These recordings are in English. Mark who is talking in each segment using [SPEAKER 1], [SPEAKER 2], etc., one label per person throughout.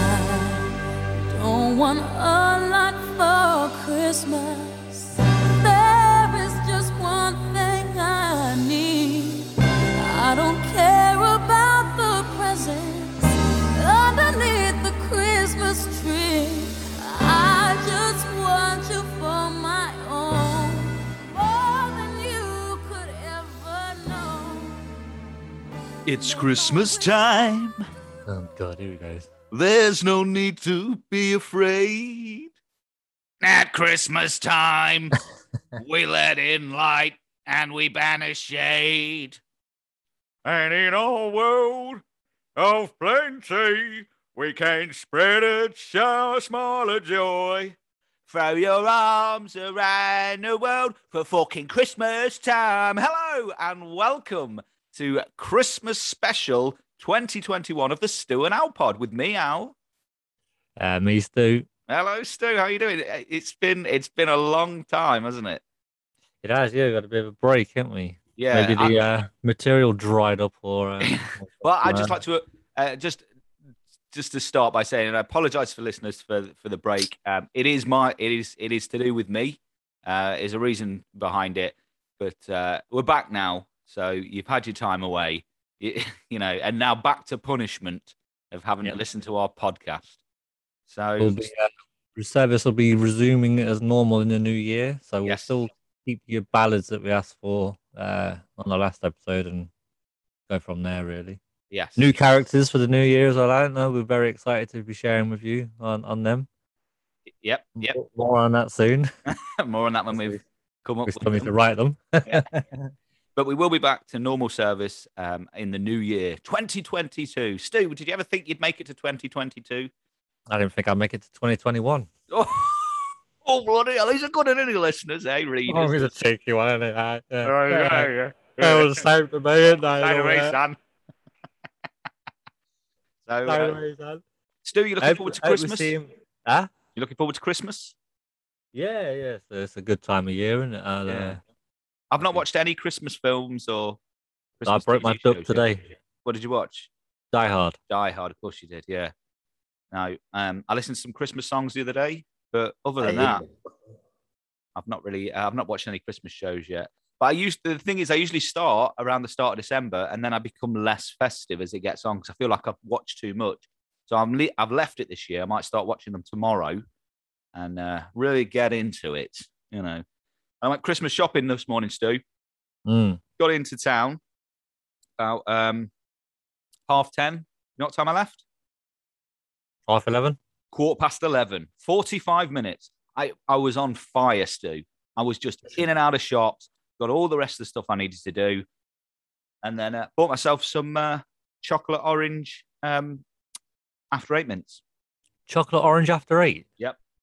[SPEAKER 1] I don't want a lot for Christmas. There is just one thing I need. I don't care about the presents underneath the Christmas tree. I just want you for my own, more than you could ever know.
[SPEAKER 2] It's Christmas time.
[SPEAKER 3] Oh god, here we go.
[SPEAKER 2] There's no need to be afraid. At Christmas time, we let in light and we banish shade. And in our world of plenty, we can spread a sh- smile of joy.
[SPEAKER 4] Throw your arms around the world for fucking Christmas time. Hello and welcome to Christmas Special 2021 of the Stu and Al Pod with me, Al.
[SPEAKER 3] Uh, me, Stu.
[SPEAKER 4] Hello, Stu. How you doing? Uh, It's been it's been a long time, hasn't it?
[SPEAKER 3] It has, yeah, we got a bit of a break, haven't we?
[SPEAKER 4] Yeah.
[SPEAKER 3] Maybe
[SPEAKER 4] I-
[SPEAKER 3] the uh, material dried up or. Uh,
[SPEAKER 4] Well, I
[SPEAKER 3] Uh,
[SPEAKER 4] just like to uh, just just to start by saying, and I apologise for listeners for for the break. Um, it is my it is it is to do with me. Uh, is a reason behind it, but uh, we're back now. So you've had your time away, you, you know, and now back to punishment of having
[SPEAKER 3] Yeah.
[SPEAKER 4] to listen to our podcast. So
[SPEAKER 3] We'll be, uh, service will be resuming as normal in the new year, so we'll
[SPEAKER 4] Yes.
[SPEAKER 3] still keep your ballads that we asked for uh, on the last episode and go from there. Really,
[SPEAKER 4] yes,
[SPEAKER 3] new characters for the new year as well. I know we're very excited to be sharing with you on on them.
[SPEAKER 4] yep, yep.
[SPEAKER 3] More- More on that soon.
[SPEAKER 4] More on that when we've come up.
[SPEAKER 3] We're
[SPEAKER 4] With
[SPEAKER 3] still need to
[SPEAKER 4] them.
[SPEAKER 3] write them.
[SPEAKER 4] But we will be back to normal service um, in the new year, 2022. Stu, did you ever think you'd make it to 2022?
[SPEAKER 3] I didn't think I'd make it to 2021.
[SPEAKER 4] Oh, oh bloody hell. He's a good at any listeners, eh, readers?
[SPEAKER 3] Oh, he's a cheeky one, isn't it? Uh, yeah. yeah.
[SPEAKER 4] yeah.
[SPEAKER 3] That was uh, saved to me, isn't it?
[SPEAKER 4] By the way,
[SPEAKER 3] Yeah.
[SPEAKER 4] son. So, uh,
[SPEAKER 3] Saved me, son.
[SPEAKER 4] Stu, you looking
[SPEAKER 3] Hope-
[SPEAKER 4] forward to
[SPEAKER 3] hope we
[SPEAKER 4] Christmas?
[SPEAKER 3] see
[SPEAKER 4] You
[SPEAKER 3] him- Huh?
[SPEAKER 4] looking forward to Christmas?
[SPEAKER 3] Yeah, yeah. So it's a good time of year, isn't it? And,
[SPEAKER 4] Yeah.
[SPEAKER 3] uh,
[SPEAKER 4] I've not watched any Christmas films or.
[SPEAKER 3] I
[SPEAKER 4] Christmas
[SPEAKER 3] broke my
[SPEAKER 4] TV
[SPEAKER 3] duck
[SPEAKER 4] shows yet.
[SPEAKER 3] today.
[SPEAKER 4] What did you watch?
[SPEAKER 3] Die Hard.
[SPEAKER 4] Die Hard, of course you did. Yeah. No, um, I listened to some Christmas songs the other day, but other than that, I've not really, uh, I've not watched any Christmas shows yet. But I used the thing is, I usually start around the start of December, and then I become less festive as it gets on because I feel like I've watched too much. So I'm, le- I've left it this year. I might start watching them tomorrow, and uh, really get into it. You know, I went Christmas shopping this morning, Stu.
[SPEAKER 3] Mm.
[SPEAKER 4] Got into town about um, half ten. You know what time I left?
[SPEAKER 3] Half eleven.
[SPEAKER 4] quarter past 11 45 minutes i i was on fire stu i was just in and out of shops got all the rest of the stuff i needed to do and then uh, bought myself some uh, chocolate orange um after eight minutes
[SPEAKER 3] Chocolate orange after eight.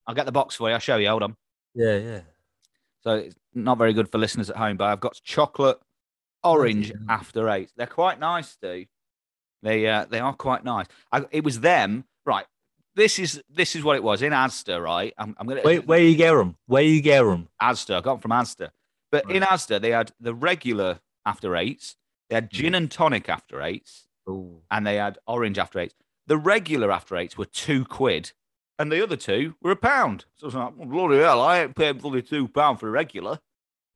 [SPEAKER 4] i'll get the box for you i'll show you hold on
[SPEAKER 3] Yeah, yeah.
[SPEAKER 4] so it's not very good for listeners at home but i've got chocolate orange
[SPEAKER 3] Bloody
[SPEAKER 4] after eight they're quite nice stu they uh, they are quite nice I, it was them right this is this is what it was in Asda, right? I'm, I'm gonna
[SPEAKER 3] Wait, where you get them? Where you get them?
[SPEAKER 4] Asda. I got 'em from Asda. But in Asda, they had the regular after eights, they had gin and tonic after eights, and they had orange after eights. The regular after eights were two quid, and the other two were a pound. So I was like, "Oh, bloody hell, I ain't paying bloody two pound for the regular.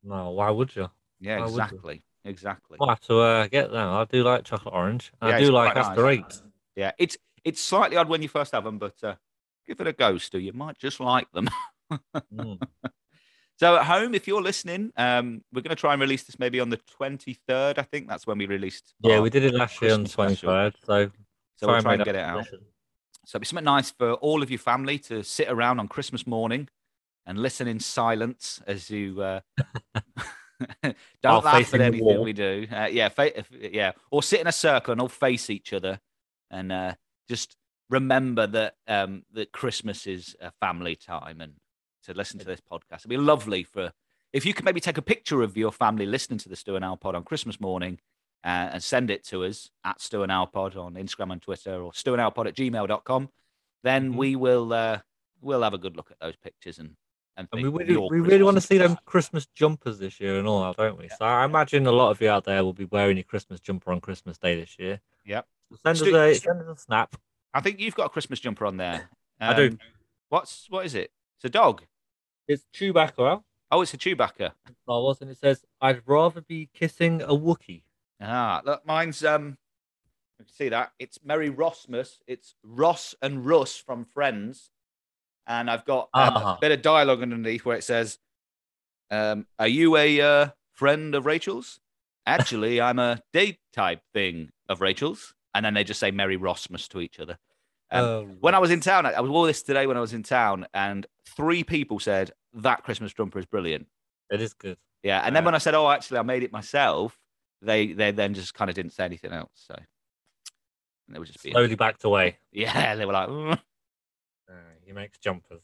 [SPEAKER 3] No, why would you?
[SPEAKER 4] Yeah,
[SPEAKER 3] Why would you?
[SPEAKER 4] exactly, exactly.
[SPEAKER 3] I'll have to uh, get them. I do like chocolate orange. and
[SPEAKER 4] Yeah,
[SPEAKER 3] I do
[SPEAKER 4] it's
[SPEAKER 3] like
[SPEAKER 4] quite
[SPEAKER 3] after eight.
[SPEAKER 4] Yeah, it's it's slightly odd when you first have them, but uh, give it a go, Stu. You might just like them.
[SPEAKER 3] Mm.
[SPEAKER 4] So at home, if you're listening, um, we're going to try and release this maybe on the 23rd. I think that's when we released.
[SPEAKER 3] Yeah,
[SPEAKER 4] our-
[SPEAKER 3] we did it last year on the
[SPEAKER 4] Oh, Christmas
[SPEAKER 3] 23rd.
[SPEAKER 4] special.
[SPEAKER 3] So,
[SPEAKER 4] So we'll try and
[SPEAKER 3] make
[SPEAKER 4] get it
[SPEAKER 3] that
[SPEAKER 4] out.
[SPEAKER 3] special.
[SPEAKER 4] So it'd be something nice for all of your family to sit around on Christmas morning and listen in silence as you uh, don't
[SPEAKER 3] While
[SPEAKER 4] laugh
[SPEAKER 3] facing
[SPEAKER 4] at
[SPEAKER 3] the
[SPEAKER 4] anything
[SPEAKER 3] wall.
[SPEAKER 4] we do. Uh, yeah, fa- if- yeah, or sit in a circle and all face each other and uh, just remember that um, that Christmas is a family time and to listen to this podcast. It'd be lovely for if you could maybe take a picture of your family listening to the Stu and Al pod on Christmas morning uh, and send it to us at Stu and Al Pod on Instagram and Twitter or Stu and Al Pod at gmail.com, then
[SPEAKER 3] Mhm.
[SPEAKER 4] we will uh, we'll have a good look at those pictures and and,
[SPEAKER 3] And we
[SPEAKER 4] think
[SPEAKER 3] really,
[SPEAKER 4] your
[SPEAKER 3] we really want to
[SPEAKER 4] Christmas
[SPEAKER 3] see
[SPEAKER 4] is-
[SPEAKER 3] them Christmas jumpers this year and all that, don't we? So I imagine a lot of you out there will be wearing your Christmas jumper on Christmas Day this year.
[SPEAKER 4] Yep.
[SPEAKER 3] Send us
[SPEAKER 4] Stu-
[SPEAKER 3] a send us a snap.
[SPEAKER 4] I think you've got a Christmas jumper on there. Um,
[SPEAKER 3] I do.
[SPEAKER 4] What's what is it? It's a dog.
[SPEAKER 3] It's Chewbacca. Out.
[SPEAKER 4] Oh, it's a Chewbacca.
[SPEAKER 3] Star Wars, and it says, "I'd rather be kissing a Wookiee."
[SPEAKER 4] Ah, look, mine's um. You can see that it's Merry Rossmas. It's Ross and Russ from Friends, and I've got um,
[SPEAKER 3] Ah.
[SPEAKER 4] a bit of dialogue underneath where it says, um, "Are you a uh, friend of Rachel's?" Actually, I'm a date type thing of Rachel's, and then they just say Merry Rossmas to each other. Um,
[SPEAKER 3] Oh,
[SPEAKER 4] when I was in town, I I was all this today when I was in town, and three people said that Christmas jumper is brilliant.
[SPEAKER 3] it is good.
[SPEAKER 4] Yeah, and then
[SPEAKER 3] Uh,
[SPEAKER 4] when I said, "Oh, actually, I made it myself," they they then just kind of didn't say anything else. So and they were just being,
[SPEAKER 3] Slowly backed away.
[SPEAKER 4] yeah, they were like, "Mm."
[SPEAKER 3] Uh, he makes jumpers.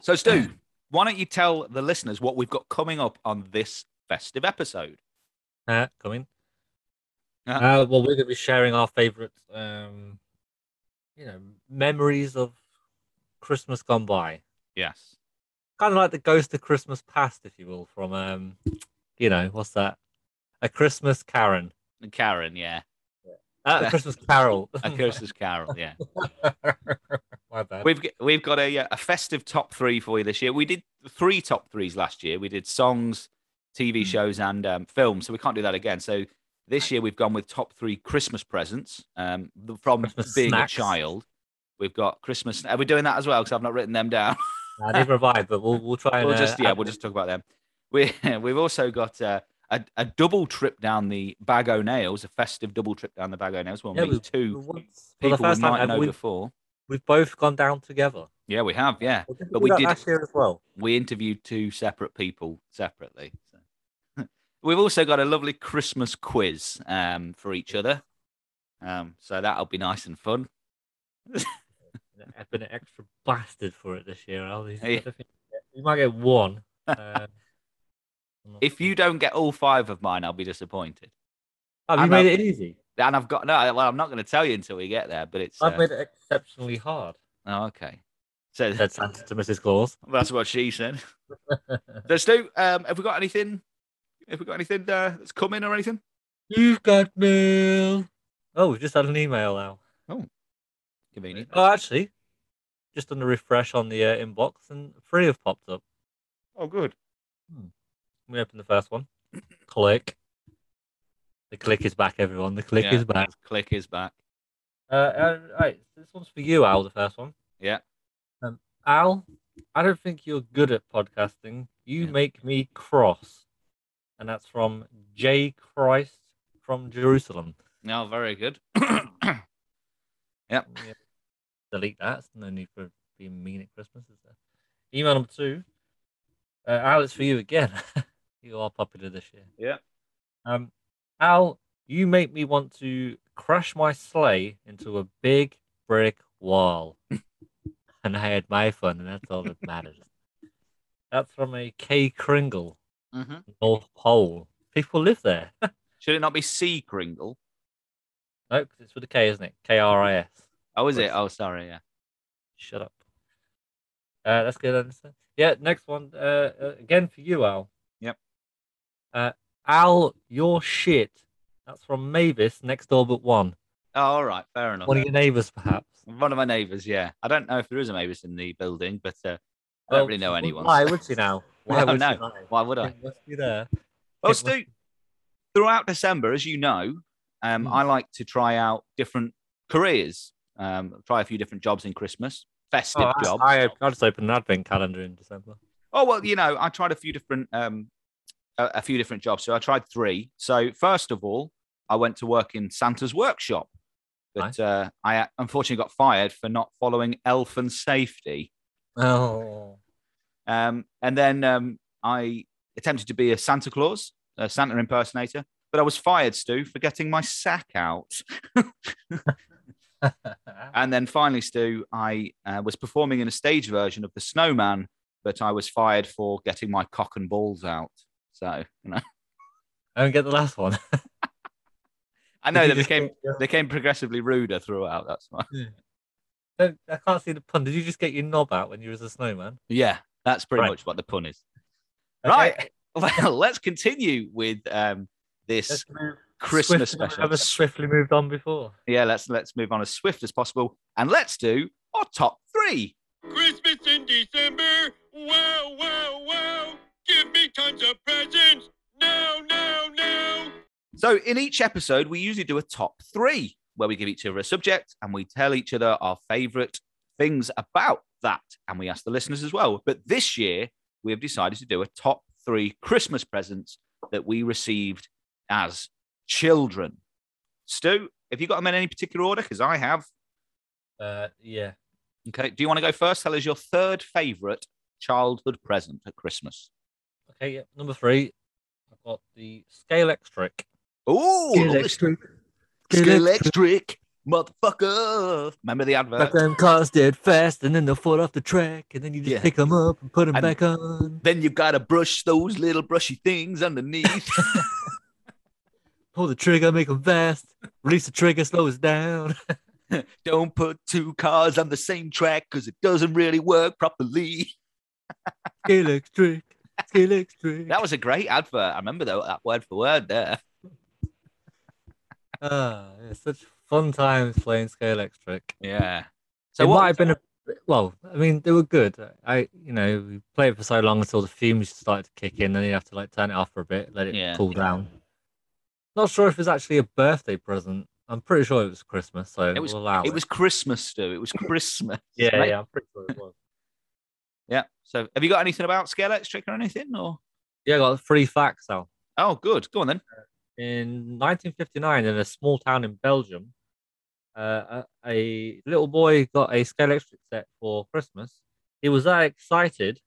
[SPEAKER 4] "So, Stu, why don't you tell the listeners what we've got coming up on this festive episode?"
[SPEAKER 3] Uh, come in.
[SPEAKER 4] Uh.
[SPEAKER 3] Uh, well, we're going to be sharing our favourite, um, you know, memories of Christmas gone by.
[SPEAKER 4] Yes,
[SPEAKER 3] Kind of like the ghost of Christmas past, if you will, from, um, you know, what's that? A Christmas Karen.
[SPEAKER 4] and Karen, yeah,
[SPEAKER 3] Uh, a Christmas Carol.
[SPEAKER 4] a Curses Carol, yeah.
[SPEAKER 3] My bad.
[SPEAKER 4] We've g- we've got a uh, a festive top three for you this year. We did three top threes last year. We did songs, TV
[SPEAKER 3] Mm.
[SPEAKER 4] shows, and um, films. So we can't do that again. So this year we've gone with top three Christmas presents um, the- from
[SPEAKER 3] Christmas
[SPEAKER 4] being
[SPEAKER 3] snacks.
[SPEAKER 4] a child. We've got Christmas. Are we doing that as well? Because I've not written them down.
[SPEAKER 3] Nah, neither have I, but we'll, we'll try and.
[SPEAKER 4] we'll
[SPEAKER 3] uh,
[SPEAKER 4] just yeah,
[SPEAKER 3] add
[SPEAKER 4] we'll
[SPEAKER 3] them.
[SPEAKER 4] just talk about them. We we've also got. Uh, a, a double trip down the Bag O' Nails, a festive double trip down the Bag O' Nails. We'll
[SPEAKER 3] Yeah,
[SPEAKER 4] meet
[SPEAKER 3] we-
[SPEAKER 4] two
[SPEAKER 3] Once- for the
[SPEAKER 4] people we
[SPEAKER 3] first time
[SPEAKER 4] might
[SPEAKER 3] ever,
[SPEAKER 4] know
[SPEAKER 3] we've,
[SPEAKER 4] before.
[SPEAKER 3] we've both gone down together.
[SPEAKER 4] Yeah, we have. Yeah,
[SPEAKER 3] We did
[SPEAKER 4] But
[SPEAKER 3] do
[SPEAKER 4] we
[SPEAKER 3] that
[SPEAKER 4] did-
[SPEAKER 3] last year as well.
[SPEAKER 4] we interviewed two separate people separately. So. We've also got a lovely Christmas quiz um, for each other. Um, so that'll be nice and fun.
[SPEAKER 3] I've been an extra bastard for it this year. Oh, Al. He's- I
[SPEAKER 4] Hey.
[SPEAKER 3] don't think- You might get one. Uh, I'm not
[SPEAKER 4] If you
[SPEAKER 3] sure.
[SPEAKER 4] don't get all five of mine, I'll be disappointed.
[SPEAKER 3] Oh, have you
[SPEAKER 4] I'm
[SPEAKER 3] made it easy?
[SPEAKER 4] And I've got no. Well, I'm not going to tell you until we get there. But it's. Uh,
[SPEAKER 3] I've made it exceptionally hard.
[SPEAKER 4] oh, okay. So
[SPEAKER 3] Said Santa to Mrs. Claus.
[SPEAKER 4] that's what she said. so Stu, um, have we got anything? Have we got anything uh, that's coming or anything?
[SPEAKER 3] You've got mail. Oh, we've just had an email now.
[SPEAKER 4] Convenient.
[SPEAKER 3] Oh, actually, just done a refresh on the uh, inbox, and three have popped up.
[SPEAKER 4] oh, good.
[SPEAKER 3] We open the first one. click. The click is back, everyone. The click
[SPEAKER 4] Yeah.
[SPEAKER 3] is back.
[SPEAKER 4] Click is back.
[SPEAKER 3] Uh, uh, right, this one's for you, Al. The first one.
[SPEAKER 4] Yeah.
[SPEAKER 3] Um, Al, I don't think you're good at podcasting. You
[SPEAKER 4] Yeah.
[SPEAKER 3] make me cross, and that's from J Christ from Jerusalem.
[SPEAKER 4] No, Oh, very good. Mm-hmm.
[SPEAKER 3] Yeah. Delete that. It's no need for being mean at Christmas, is there? Email number two. Uh, Al, it's for you again. you are popular this year.
[SPEAKER 4] Yeah.
[SPEAKER 3] Um, Al, you make me want to crash my sleigh into a big brick wall. and I had my fun, and that's all that matters. that's from a K Kringle,
[SPEAKER 4] mm-hmm.
[SPEAKER 3] North Pole. People live there. no,
[SPEAKER 4] Should it not be C Kringle?
[SPEAKER 3] 'cause it's with a K, isn't it? K R I S.
[SPEAKER 4] Oh, is it?
[SPEAKER 3] Yes.
[SPEAKER 4] Oh, sorry. Yeah.
[SPEAKER 3] Shut up. Uh, that's good. Understand. Yeah, next one. Uh, uh, again for you, Al.
[SPEAKER 4] Yep.
[SPEAKER 3] Uh, Al, your shit. That's from Mavis, next door but one.
[SPEAKER 4] Oh, all right. Fair enough.
[SPEAKER 3] One of your neighbours, perhaps.
[SPEAKER 4] One of my neighbours. Yeah. I don't know if there is a Mavis in the building, but uh, I don't
[SPEAKER 3] Well,
[SPEAKER 4] really know
[SPEAKER 3] w-
[SPEAKER 4] anyone.
[SPEAKER 3] Why would she now? Why
[SPEAKER 4] No,
[SPEAKER 3] would
[SPEAKER 4] no.
[SPEAKER 3] she lie?
[SPEAKER 4] Why would I?
[SPEAKER 3] It must be there.
[SPEAKER 4] Well,
[SPEAKER 3] It must-
[SPEAKER 4] Stu, throughout December, as you know, um,
[SPEAKER 3] Mm.
[SPEAKER 4] I like to try out different careers, um, try a few different jobs in Christmas, festive
[SPEAKER 3] Oh,
[SPEAKER 4] jobs.
[SPEAKER 3] I, I, I just opened an advent calendar in December.
[SPEAKER 4] Oh well, you know, I tried a few different um a, a few different jobs. So I tried three. So first of all, I went to work in Santa's workshop, but
[SPEAKER 3] Nice.
[SPEAKER 4] uh, I unfortunately got fired for not following elf and safety.
[SPEAKER 3] Oh,
[SPEAKER 4] Um, and then um, I attempted to be a Santa Claus, a Santa impersonator, but I was fired, Stu, for getting my sack out. And then finally, Stu, I uh, was performing in a stage version of The Snowman, but I was fired for getting my cock and balls out. So, you know.
[SPEAKER 3] I don't get the last one.
[SPEAKER 4] I know they
[SPEAKER 3] Did you just-
[SPEAKER 4] became they came progressively ruder throughout. That's why.
[SPEAKER 3] Don't- I can't see the pun. Did you just get your knob out when you was a snowman?
[SPEAKER 4] Yeah, that's pretty
[SPEAKER 3] Right.
[SPEAKER 4] much what the pun is.
[SPEAKER 3] Okay,
[SPEAKER 4] Right. Well, let's continue with um, this
[SPEAKER 3] Let's move
[SPEAKER 4] Christmas
[SPEAKER 3] Swiftly-
[SPEAKER 4] special.
[SPEAKER 3] Ever swiftly moved on before.
[SPEAKER 4] Yeah, let's let's move on as swift as possible, and let's do our top three.
[SPEAKER 5] Christmas in December. Wow, wow, wow. Give me tons of presents. Now, now, now.
[SPEAKER 4] So in each episode, we usually do a top three where we give each other a subject and we tell each other our favorite things about that, and we ask the listeners as well. But this year, we have decided to do a top three Christmas presents that we received as children. Stu, have you got them in any particular order? Because I have.
[SPEAKER 3] Uh, yeah.
[SPEAKER 4] Okay. Do you want to go first? Tell us your third favorite childhood present at Christmas.
[SPEAKER 3] Okay. Yeah. Number three, I've got the scale trick.
[SPEAKER 4] Oh,
[SPEAKER 3] Electric.
[SPEAKER 4] Electric, motherfucker. Remember the advert?
[SPEAKER 3] But them cars did fast, and then they fall off the track, and then you just
[SPEAKER 4] Yeah.
[SPEAKER 3] pick them up and put them
[SPEAKER 4] And-
[SPEAKER 3] back on.
[SPEAKER 4] Then you gotta brush those little brushy things underneath.
[SPEAKER 3] Pull the trigger, make them fast. Release the trigger, slow us down.
[SPEAKER 4] Don't put two cars on the same track because it doesn't really work properly.
[SPEAKER 3] Electric. Electric.
[SPEAKER 4] That was a great advert. I remember though that word for word there.
[SPEAKER 3] Ah, yeah, such fun times playing scale trick.
[SPEAKER 4] Yeah. So
[SPEAKER 3] So it
[SPEAKER 4] what
[SPEAKER 3] might have been a well. I mean, they were good. I, you know, we played it for so long until the fumes started to kick in, then you have to like turn it off for a bit, let it
[SPEAKER 4] Yeah.
[SPEAKER 3] cool down. Not sure if it was actually a birthday present. I'm pretty sure it was Christmas, so
[SPEAKER 4] was-
[SPEAKER 3] we'll allow it.
[SPEAKER 4] it was Christmas, Stu. It was Christmas.
[SPEAKER 3] yeah,
[SPEAKER 4] right?
[SPEAKER 3] yeah, I'm pretty sure it was.
[SPEAKER 4] Yeah. So have you got anything about Scalex Trick or anything? Or
[SPEAKER 3] yeah, I got three facts out.
[SPEAKER 4] oh good. Go on then.
[SPEAKER 3] In 1959, in a small town in Belgium, uh, a, a little boy got a scale electric set for Christmas. He was that excited,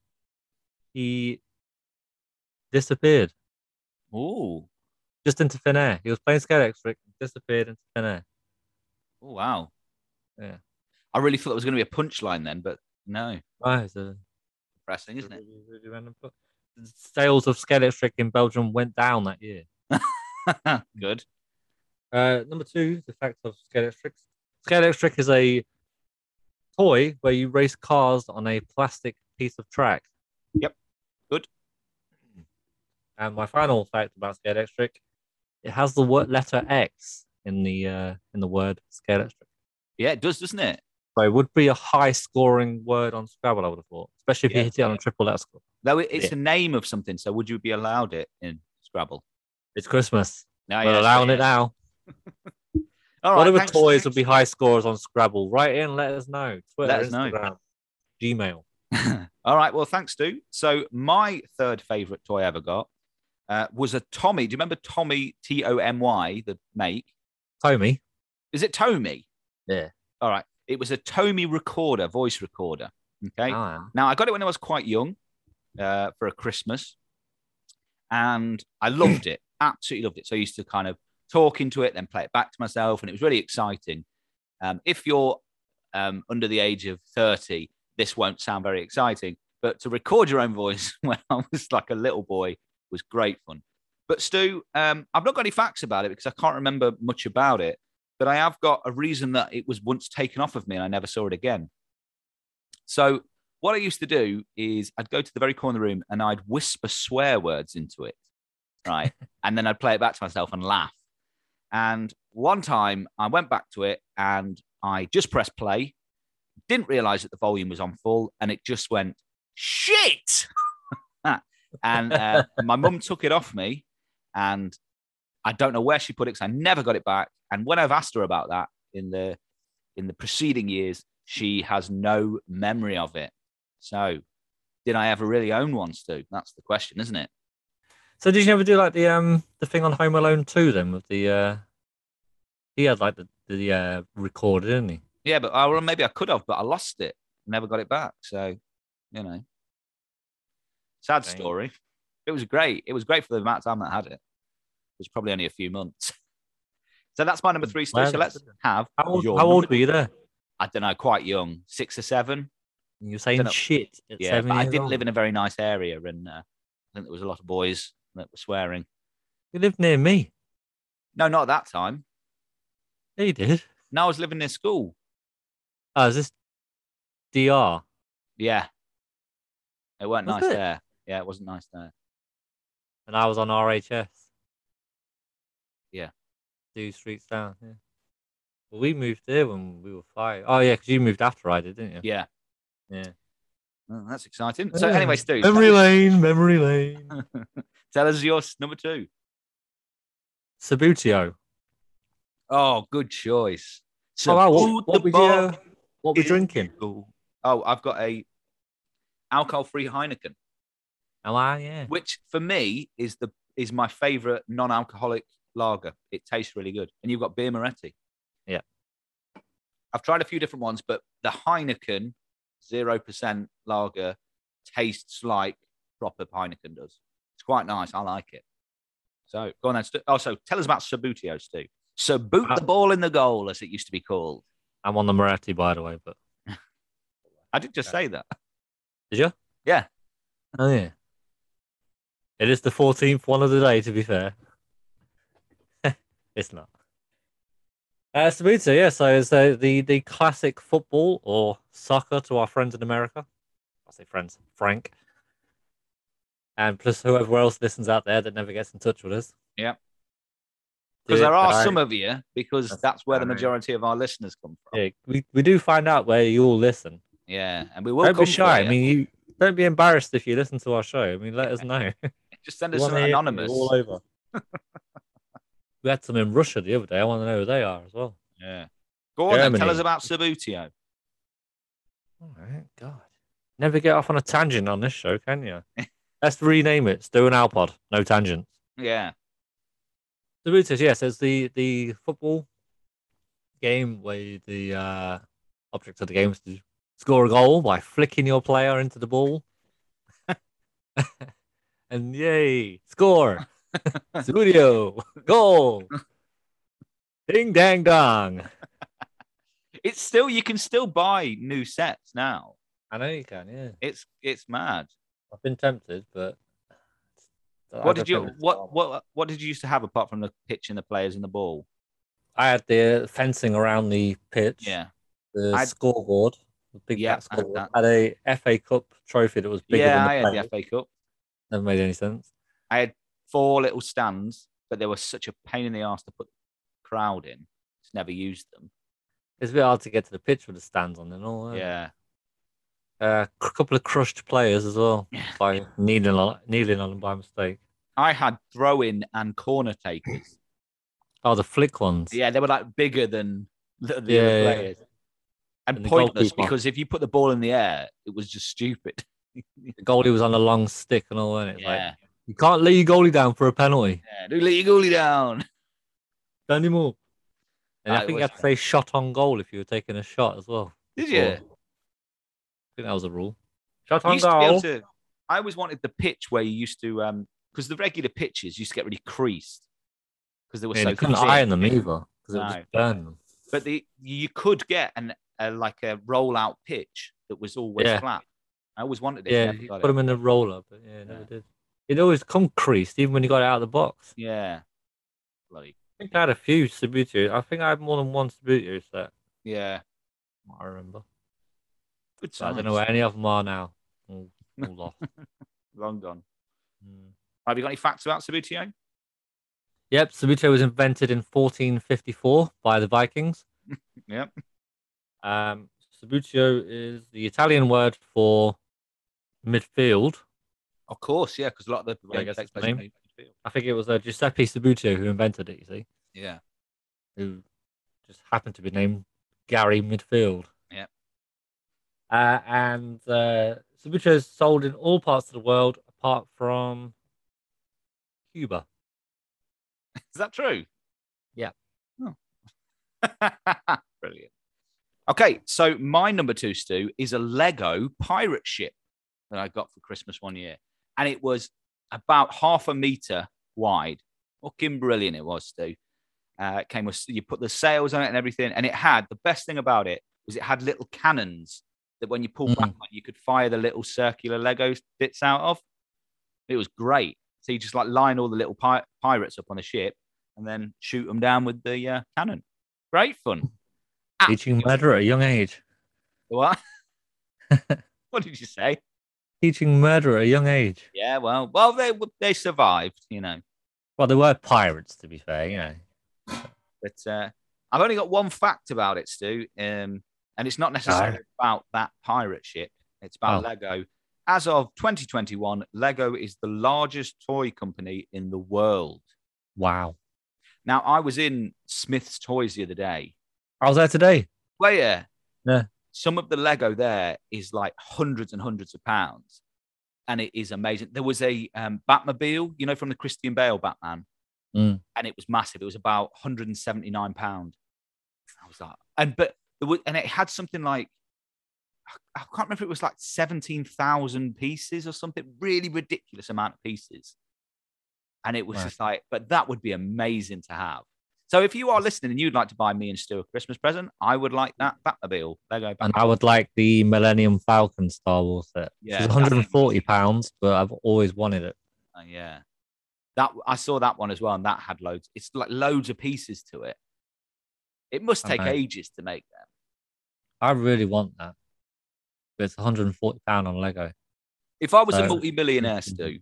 [SPEAKER 3] he disappeared.
[SPEAKER 4] Oh.
[SPEAKER 3] just into thin air. He was playing Sky Electric, disappeared into thin air.
[SPEAKER 4] Oh wow.
[SPEAKER 3] Yeah.
[SPEAKER 4] I really thought it was gonna be a punchline then, but no.
[SPEAKER 3] Oh, it's a,
[SPEAKER 4] Depressing, isn't it?
[SPEAKER 3] really, really random put- Sales of Sky Electric in Belgium went down that year.
[SPEAKER 4] good.
[SPEAKER 3] Uh, number two, the fact of Sky Electric. Sky Electric is a toy where you race cars on a plastic piece of track.
[SPEAKER 4] Yep. Good.
[SPEAKER 3] And my final fact about Sky Electric, it has the word letter X in the uh, in the word Sky Electric.
[SPEAKER 4] Yeah, it does, doesn't it?
[SPEAKER 3] So it would be a high scoring word on Scrabble, I would have thought, especially if
[SPEAKER 4] Yeah.
[SPEAKER 3] you hit it on a triple letter score.
[SPEAKER 4] Though it- it's
[SPEAKER 3] Yeah.
[SPEAKER 4] a name of something, so would you be allowed it in Scrabble?
[SPEAKER 3] It's Christmas.
[SPEAKER 4] No,
[SPEAKER 3] We're allowing it now.
[SPEAKER 4] All
[SPEAKER 3] Whatever
[SPEAKER 4] thanks-
[SPEAKER 3] toys
[SPEAKER 4] thanks.
[SPEAKER 3] will be high scores on Scrabble, write in, let us know. Twitter,
[SPEAKER 4] Let us know.
[SPEAKER 3] Instagram, Gmail.
[SPEAKER 4] All right. Well, thanks, Stu. So my third favorite toy I ever got uh, was a Tommy. Do you remember Tommy T O M Y? The make
[SPEAKER 3] Tommy.
[SPEAKER 4] is it Tommy?
[SPEAKER 3] Yeah.
[SPEAKER 4] All right. It was a Tommy recorder, voice recorder. Okay.
[SPEAKER 3] Ah,
[SPEAKER 4] Now I got it when I was quite young uh, for a Christmas, and I loved it. Absolutely loved it. So I used to kind of talk into it, then play it back to myself, and it was really exciting. Um, if you're um, under the age of thirty, this won't sound very exciting, but to record your own voice when I was like a little boy was great fun. But Stu, um, I've not got any facts about it because I can't remember much about it. But I have got a reason that it was once taken off of me and I never saw it again. So what I used to do is I'd go to the very corner of the room and I'd whisper swear words into it, right? and then I'd play it back to myself and laugh. And one time I went back to it and I just pressed play, didn't realize that the volume was on full, and it just went shit. and uh, my mum took it off me, and I don't know where she put it because I never got it back. And when I've asked her about that in the in the preceding years, she has no memory of it. So, did I ever really own one, Stu? That's the question, isn't it?
[SPEAKER 3] So did you ever do like the um the thing on Home Alone 2 then with the uh he had like the, the uh recorder, didn't he?
[SPEAKER 4] Yeah, but I, well, maybe I could have, but I lost it. Never got it back. So, you know, sad
[SPEAKER 3] Dang.
[SPEAKER 4] story. It was great. It was great for the amount of time that I had it. It was probably only a few months. so that's my number three, Stu.
[SPEAKER 3] Mm, Well,
[SPEAKER 4] So let's have
[SPEAKER 3] How old,
[SPEAKER 4] your
[SPEAKER 3] how old
[SPEAKER 4] number-
[SPEAKER 3] were you there?
[SPEAKER 4] I don't know, quite young, six or seven.
[SPEAKER 3] You were saying
[SPEAKER 4] Dunno.
[SPEAKER 3] shit at
[SPEAKER 4] yeah,
[SPEAKER 3] seven
[SPEAKER 4] but I
[SPEAKER 3] years
[SPEAKER 4] didn't
[SPEAKER 3] old.
[SPEAKER 4] live in a very nice area, and uh, I think there was a lot of boys that were swearing.
[SPEAKER 3] You lived near me.
[SPEAKER 4] No, not that time.
[SPEAKER 3] Yeah, you did.
[SPEAKER 4] No, I was living near school.
[SPEAKER 3] Oh, is this DR?
[SPEAKER 4] Yeah. It weren't
[SPEAKER 3] Was
[SPEAKER 4] nice
[SPEAKER 3] it?
[SPEAKER 4] there. Yeah, it wasn't nice there.
[SPEAKER 3] And I was on RHS. two streets down. Yeah. Well, we moved there when we were five. Oh yeah, because you moved after I did, didn't you?
[SPEAKER 4] Yeah.
[SPEAKER 3] Yeah.
[SPEAKER 4] Oh, that's exciting. So,
[SPEAKER 3] Yeah.
[SPEAKER 4] anyway, Stu,
[SPEAKER 3] Memory lane, memory lane.
[SPEAKER 4] tell us your s- number two.
[SPEAKER 3] Sabutio.
[SPEAKER 4] Oh, good choice. So,
[SPEAKER 3] Oh, wow,
[SPEAKER 4] who
[SPEAKER 3] what, what
[SPEAKER 4] the
[SPEAKER 3] we
[SPEAKER 4] fuck
[SPEAKER 3] uh, what we
[SPEAKER 4] is-
[SPEAKER 3] drinking?
[SPEAKER 4] Oh, I've got a alcohol-free Heineken,
[SPEAKER 3] Oh, ah, yeah.
[SPEAKER 4] which for me is the is my favorite non-alcoholic lager. It tastes really good, and you've got beer Moretti.
[SPEAKER 3] Yeah.
[SPEAKER 4] I've tried a few different ones, but the Heineken zero percent lager tastes like proper Heineken does. It's quite nice. I like it. So go on then. Stu. Oh, so tell us about Sabutio, Stu. So boot
[SPEAKER 3] Uh,
[SPEAKER 4] the ball in the goal, as it used to be called.
[SPEAKER 3] I'm on the Moretti, by the way. But
[SPEAKER 4] I did just say that.
[SPEAKER 3] did you?
[SPEAKER 4] Yeah.
[SPEAKER 3] Oh yeah. It is the 14th one of the day. To be fair, it's not. Uh, Sabuto, yeah. So it's uh, the the classic football or soccer to our friends in America. I say friends, Frank, and plus whoever else listens out there that never gets in touch with us.
[SPEAKER 4] Yeah.
[SPEAKER 3] Do
[SPEAKER 4] because
[SPEAKER 3] it,
[SPEAKER 4] there
[SPEAKER 3] but
[SPEAKER 4] are
[SPEAKER 3] I-
[SPEAKER 4] some of you because that's,
[SPEAKER 3] That's
[SPEAKER 4] where the
[SPEAKER 3] right.
[SPEAKER 4] majority of our listeners come from. Yeah,
[SPEAKER 3] Yeah, we, we do find out where you all listen.
[SPEAKER 4] and we will
[SPEAKER 3] don't
[SPEAKER 4] come
[SPEAKER 3] be shy.
[SPEAKER 4] for
[SPEAKER 3] I mean, you don't be embarrassed if you listen to our show. I mean, let us know.
[SPEAKER 4] you. just send
[SPEAKER 3] We
[SPEAKER 4] us
[SPEAKER 3] wanna
[SPEAKER 4] some
[SPEAKER 3] hear from you
[SPEAKER 4] anonymous.
[SPEAKER 3] all over. we had some in Russia the other day. I want to know who they are as well.
[SPEAKER 4] Yeah, go on. Then. Tell
[SPEAKER 3] Germany.
[SPEAKER 4] us about Sabutio.
[SPEAKER 3] All right, God, never get off on a tangent on this show, can you? Let's rename it. Stu and Alpod. No tangents.
[SPEAKER 4] Yeah,
[SPEAKER 3] The root is yes, it's the the football game where the uh, object of the game is to score a goal by flicking your player into the ball, and yay, score! Studio goal, ding dang dong.
[SPEAKER 4] it's still you can still buy new sets now.
[SPEAKER 3] I know you can. Yeah,
[SPEAKER 4] It's it's mad.
[SPEAKER 3] I've been tempted, but
[SPEAKER 4] What did you what what what did you used to have apart from the pitch and the players and the ball?
[SPEAKER 3] I had the fencing around the pitch.
[SPEAKER 4] Yeah,
[SPEAKER 3] the
[SPEAKER 4] I'd-
[SPEAKER 3] scoreboard, the big
[SPEAKER 4] Yeah,
[SPEAKER 3] fat
[SPEAKER 4] I had
[SPEAKER 3] scoreboard,
[SPEAKER 4] that.
[SPEAKER 3] had a FA Cup trophy that was bigger
[SPEAKER 4] yeah. I
[SPEAKER 3] than the
[SPEAKER 4] had
[SPEAKER 3] player.
[SPEAKER 4] the FA Cup.
[SPEAKER 3] Never made any sense.
[SPEAKER 4] I had four little stands, but they were such a pain in the ass to put crowd in. Just never used them.
[SPEAKER 3] It's a bit hard to get to the pitch with the stands on and all. Yeah,
[SPEAKER 4] Yeah,
[SPEAKER 3] a uh, c- couple of crushed players as well
[SPEAKER 4] Yeah.
[SPEAKER 3] by kneeling on kneeling on them by mistake.
[SPEAKER 4] I had throw in and corner takers.
[SPEAKER 3] Oh, the flick ones.
[SPEAKER 4] Yeah, they were like bigger than the, the
[SPEAKER 3] Yeah,
[SPEAKER 4] other
[SPEAKER 3] yeah.
[SPEAKER 4] players. And,
[SPEAKER 3] And the
[SPEAKER 4] pointless
[SPEAKER 3] goalkeeper.
[SPEAKER 4] because if you put the ball in the air, it was just stupid.
[SPEAKER 3] The goalie was on a long stick and all, and it's
[SPEAKER 4] Yeah.
[SPEAKER 3] like you can't lay your goalie down for a penalty
[SPEAKER 4] Yeah, do let your goalie down.
[SPEAKER 3] Don't anymore. And
[SPEAKER 4] Ah,
[SPEAKER 3] I
[SPEAKER 4] it
[SPEAKER 3] think you
[SPEAKER 4] was-
[SPEAKER 3] had to say shot on goal if you were taking a shot as well.
[SPEAKER 4] Did
[SPEAKER 3] Before.
[SPEAKER 4] you?
[SPEAKER 3] I think that was a rule. Shot
[SPEAKER 4] You
[SPEAKER 3] on
[SPEAKER 4] used to be able
[SPEAKER 3] goal.
[SPEAKER 4] to, I always wanted the pitch where you used to, um, because the regular pitches used to get really creased because they were
[SPEAKER 3] Yeah,
[SPEAKER 4] so.
[SPEAKER 3] you couldn't
[SPEAKER 4] thin.
[SPEAKER 3] iron them either because it would
[SPEAKER 4] No.
[SPEAKER 3] just burn them.
[SPEAKER 4] But the you could get an a, like a rollout pitch that was always
[SPEAKER 3] Yeah.
[SPEAKER 4] flat. I always wanted it.
[SPEAKER 3] Yeah,
[SPEAKER 4] never
[SPEAKER 3] you
[SPEAKER 4] got
[SPEAKER 3] put
[SPEAKER 4] it.
[SPEAKER 3] them in the roller, but yeah, never
[SPEAKER 4] Yeah.
[SPEAKER 3] did. It always come creased, even when you got it out of the box.
[SPEAKER 4] Yeah. Bloody.
[SPEAKER 3] I think I had a few Subutus. I think I had more than one Subutu set.
[SPEAKER 4] Yeah.
[SPEAKER 3] I remember.
[SPEAKER 4] Good
[SPEAKER 3] But I don't
[SPEAKER 4] times.
[SPEAKER 3] know where any of them are now. All, all lost.
[SPEAKER 4] Long gone.
[SPEAKER 3] Mm.
[SPEAKER 4] Have you got any facts about Sabutio?
[SPEAKER 3] Yep, Subutu was invented in 1454 by the Vikings.
[SPEAKER 4] Yep.
[SPEAKER 3] Um, Subutu is the Italian word for midfield.
[SPEAKER 4] Of course, yeah, because a lot of the
[SPEAKER 3] Yeah, I
[SPEAKER 4] game
[SPEAKER 3] guess
[SPEAKER 4] takes
[SPEAKER 3] it's
[SPEAKER 4] place in
[SPEAKER 3] name.
[SPEAKER 4] midfield.
[SPEAKER 3] I think it was uh, Giuseppe Subutu who invented it, you see,
[SPEAKER 4] Yeah,
[SPEAKER 3] who just happened to be named Gary Midfield.
[SPEAKER 4] Yep.
[SPEAKER 3] Uh, and uh, Subutu is sold in all parts of the world apart from Cuba.
[SPEAKER 4] is that true?
[SPEAKER 3] Yeah.
[SPEAKER 4] Oh. Brilliant. Okay, so my number two, Stu, is a Lego pirate ship that I got for Christmas one year, and it was about half a meter wide. Fucking brilliant it was, Stu. Uh, it came with you put the sails on it and everything, and it had the best thing about it was it had little cannons that when you pull back on, you could fire the little circular Lego bits out of. It was great. So you just like line all the little pi- pirates up on the ship and then shoot them down with the uh, cannon. Great fun. Ah,
[SPEAKER 3] Did you murder at a young age?
[SPEAKER 4] What? what did you say?
[SPEAKER 3] Teaching murder at a young age.
[SPEAKER 4] Yeah, well, well, they they survived, you know.
[SPEAKER 3] Well, they were pirates, to be fair. You know,
[SPEAKER 4] But uh, I've only got one fact about it, Stu, um, and it's not necessarily about that pirate ship. It's about
[SPEAKER 3] Oh.
[SPEAKER 4] Lego. As of 2021, Lego is the largest toy company in the world.
[SPEAKER 3] Wow.
[SPEAKER 4] Now, I was in Smith's Toys the other day.
[SPEAKER 3] I was there today.
[SPEAKER 4] Well, yeah.
[SPEAKER 3] Yeah.
[SPEAKER 4] Some of the Lego there is like hundreds and hundreds of pounds, and it is amazing. There was a um, Batmobile, you know, from the Christian Bale Batman,
[SPEAKER 3] Mm.
[SPEAKER 4] and it was massive. It was about 179 pound. I was like, and but it was, and it had something like I- I can't remember. if It was like 17,000 pieces or something, really ridiculous amount of pieces. And it was
[SPEAKER 3] Right.
[SPEAKER 4] just like, but that would be amazing to have. So if you are listening and you'd like to buy me and Stu a Christmas present, I would like that Batmobile Lego.
[SPEAKER 3] And
[SPEAKER 4] Batmobile.
[SPEAKER 3] I would like the Millennium Falcon Star Wars set.
[SPEAKER 4] Yeah,
[SPEAKER 3] it's
[SPEAKER 4] that's-
[SPEAKER 3] 140 pounds, but I've always wanted it.
[SPEAKER 4] Uh, yeah, that I saw that one as well, and that had loads. It's like loads of pieces to it. It must take
[SPEAKER 3] Okay.
[SPEAKER 4] ages to make them.
[SPEAKER 3] I really want that. But it's 140 pound on Lego.
[SPEAKER 4] If I was a
[SPEAKER 3] So-
[SPEAKER 4] multi-millionaire, Stu, I
[SPEAKER 3] Uh,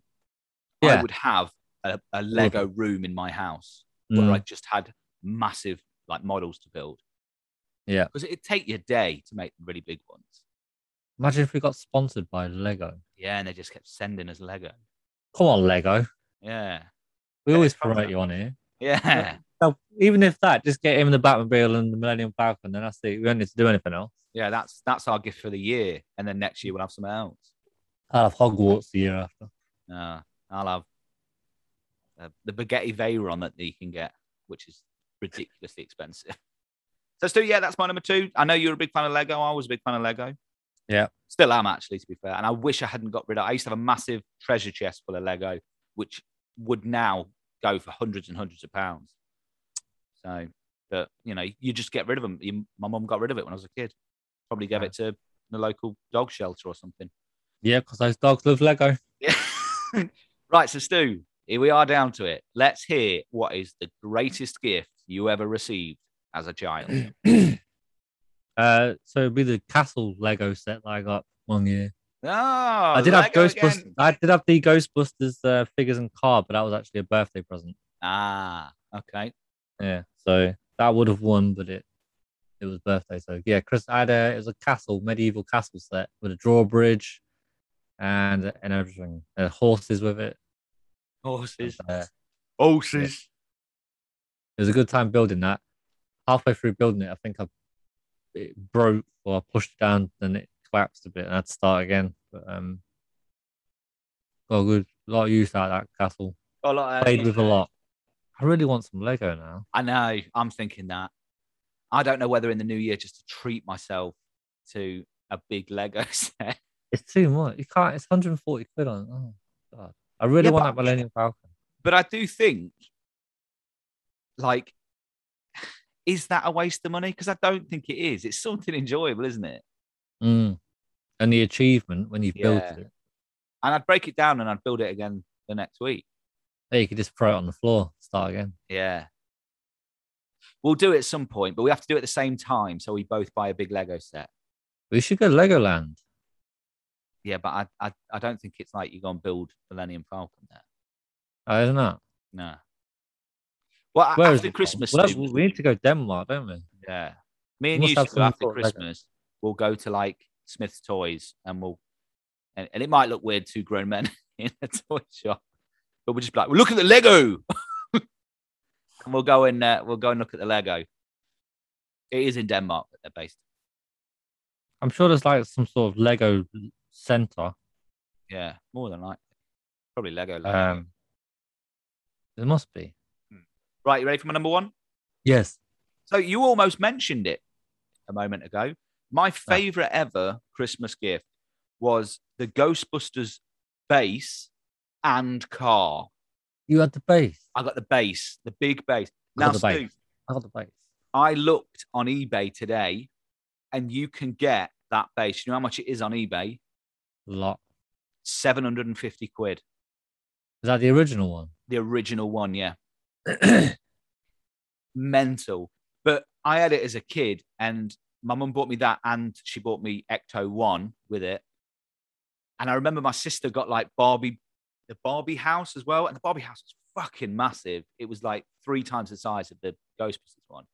[SPEAKER 3] Yeah.
[SPEAKER 4] would have a, a Lego room in my house
[SPEAKER 3] Mm.
[SPEAKER 4] where I just had massive like models to build.
[SPEAKER 3] Yeah.
[SPEAKER 4] because it'd take you a day to make the really big ones.
[SPEAKER 3] Imagine if we got sponsored by Lego.
[SPEAKER 4] Yeah, and they just kept sending us Lego.
[SPEAKER 3] Come on, Lego.
[SPEAKER 4] Yeah,
[SPEAKER 3] We
[SPEAKER 4] Yeah,
[SPEAKER 3] always
[SPEAKER 4] come on.
[SPEAKER 3] promote you on here.
[SPEAKER 4] yeah,
[SPEAKER 3] So even if that, just get him the Batmobile and the Millennium Falcon, then that's it. We don't need to do anything else.
[SPEAKER 4] yeah. That's that's our gift for the year, and then next year we'll have something else.
[SPEAKER 3] I'll have Hogwarts the year after.
[SPEAKER 4] Uh, I'll have uh, the Bugatti Veyron that you can get, which is ridiculously expensive. So, Stu, yeah, that's my number two. I know you're a big fan of Lego. I was a big fan of Lego.
[SPEAKER 3] Yeah.
[SPEAKER 4] Still am, actually, to be fair. And I wish I hadn't got rid of I used to have a massive treasure chest full of Lego, which would now go for hundreds and hundreds of pounds. So, but, you know, you just get rid of them. You, my mum got rid of it when I was a kid. Probably gave
[SPEAKER 3] Yeah.
[SPEAKER 4] it to the local dog shelter or something.
[SPEAKER 3] Yeah, because those dogs love Lego.
[SPEAKER 4] Yeah. right. So, Stu, here we are down to it. Let's hear what is the greatest gift you ever received as a child.
[SPEAKER 3] Uh, so it'd be the castle Lego set that I got one year.
[SPEAKER 4] oh,
[SPEAKER 3] I did have Ghostbusters.
[SPEAKER 4] Ghostbusters.
[SPEAKER 3] I did have the Ghostbusters uh, figures and card, but that was actually a birthday present.
[SPEAKER 4] Ah, okay.
[SPEAKER 3] Yeah, so that would have won, but it it was birthday. So yeah, Chris, I had a it was a castle, medieval castle set with a drawbridge, and and everything, and horses with it.
[SPEAKER 4] Horses.
[SPEAKER 3] Uh,
[SPEAKER 2] Oh, sis.
[SPEAKER 3] it was a good time building that. Halfway through building it, I think I it broke or I pushed it down and it collapsed a bit, and I had to start again. But um, got a good lot of use out of that castle.
[SPEAKER 4] Got a lot of-
[SPEAKER 3] Played with a lot. I really want some Lego now.
[SPEAKER 4] uh, I know. I'm thinking that. I don't know whether in the new year just to treat myself to a big Lego set.
[SPEAKER 3] It's too much. You can't. It's 140 quid on. Oh god. I really
[SPEAKER 4] Yeah,
[SPEAKER 3] want
[SPEAKER 4] but-
[SPEAKER 3] that Millennium Falcon.
[SPEAKER 4] But I do think, like, is that a waste of money? Because I don't think it is. It's something enjoyable, isn't it?
[SPEAKER 3] Mm. And the achievement when you've
[SPEAKER 4] Yeah.
[SPEAKER 3] built it,
[SPEAKER 4] and I'd break it down and I'd build it again the next week.
[SPEAKER 3] there you could just throw it on the floor, start again.
[SPEAKER 4] Yeah. We'll do it at some point, but we have to do it at the same time. So we both buy a big Lego set.
[SPEAKER 3] We should go to Legoland.
[SPEAKER 4] Yeah, but I, I, I don't think it's like you go and build Millennium Falcon there.
[SPEAKER 3] I don't know.
[SPEAKER 4] No. Well,
[SPEAKER 3] Where is
[SPEAKER 4] after
[SPEAKER 3] it from?
[SPEAKER 4] Christmas,
[SPEAKER 3] Well,
[SPEAKER 4] Steve,
[SPEAKER 3] we need to go Denmark, don't we?
[SPEAKER 4] yeah. Me
[SPEAKER 3] We
[SPEAKER 4] and
[SPEAKER 3] must
[SPEAKER 4] you,
[SPEAKER 3] have
[SPEAKER 4] Steve,
[SPEAKER 3] some
[SPEAKER 4] after
[SPEAKER 3] sort of Lego.
[SPEAKER 4] Christmas, we'll go to like Smith's Toys and we'll, and, and it might look weird to grown men in a toy shop, but we'll just be like, look at the Lego. and we'll go and uh, we'll go and look at the Lego. It is in Denmark that they're based.
[SPEAKER 3] I'm sure there's like some sort of Lego center.
[SPEAKER 4] Yeah, more than likely. Probably Lego. Land.
[SPEAKER 3] Um, there must be.
[SPEAKER 4] right, you ready for my number one?
[SPEAKER 3] Yes.
[SPEAKER 4] So you almost mentioned it a moment ago. My favorite ever Christmas gift was the Ghostbusters base and car.
[SPEAKER 3] You had the base.
[SPEAKER 4] I got the base, the big base.
[SPEAKER 3] I
[SPEAKER 4] Now,
[SPEAKER 3] got the
[SPEAKER 4] Stu,
[SPEAKER 3] base. I got the base.
[SPEAKER 4] I looked on eBay today, and you can get that base. You know how much it is on eBay?
[SPEAKER 3] A lot.
[SPEAKER 4] Seven hundred and fifty quid.
[SPEAKER 3] Is that the original one?
[SPEAKER 4] the original one, yeah. Mental. But I had it as a kid, and my mum bought me that, and she bought me Ecto One with it. And I remember my sister got like Barbie, the Barbie house as well, and the Barbie house was fucking massive. It was like three times the size of the Ghostbusters one.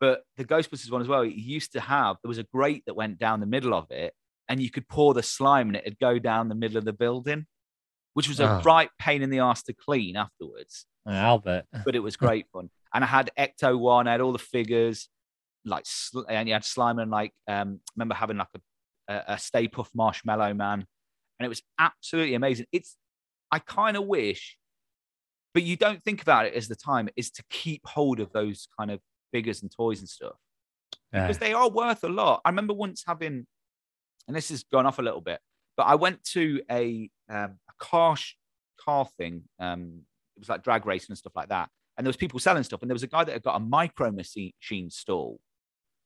[SPEAKER 4] But the Ghostbusters one as well, it used to have, there was a grate that went down the middle of it, and you could pour the slime and it'd go down the middle of the building, which was a
[SPEAKER 3] Oh.
[SPEAKER 4] right pain in the ass to clean afterwards.
[SPEAKER 3] Uh, Albert.
[SPEAKER 4] But it was great fun. And I had Ecto one, I had all the figures, like, sl- and you had slime and like, um, remember having like a, a, a Stay Puff Marshmallow Man. And it was absolutely amazing. It's, I kind of wish, but you don't think about it as the time is to keep hold of those kind of figures and toys and stuff
[SPEAKER 3] Yeah.
[SPEAKER 4] because they are worth a lot. I remember once having, and this has gone off a little bit, but I went to a, um, a car sh- car thing. Um, it was like drag racing and stuff like that. And there was people selling stuff, and there was a guy that had got a micro machi- machine stall,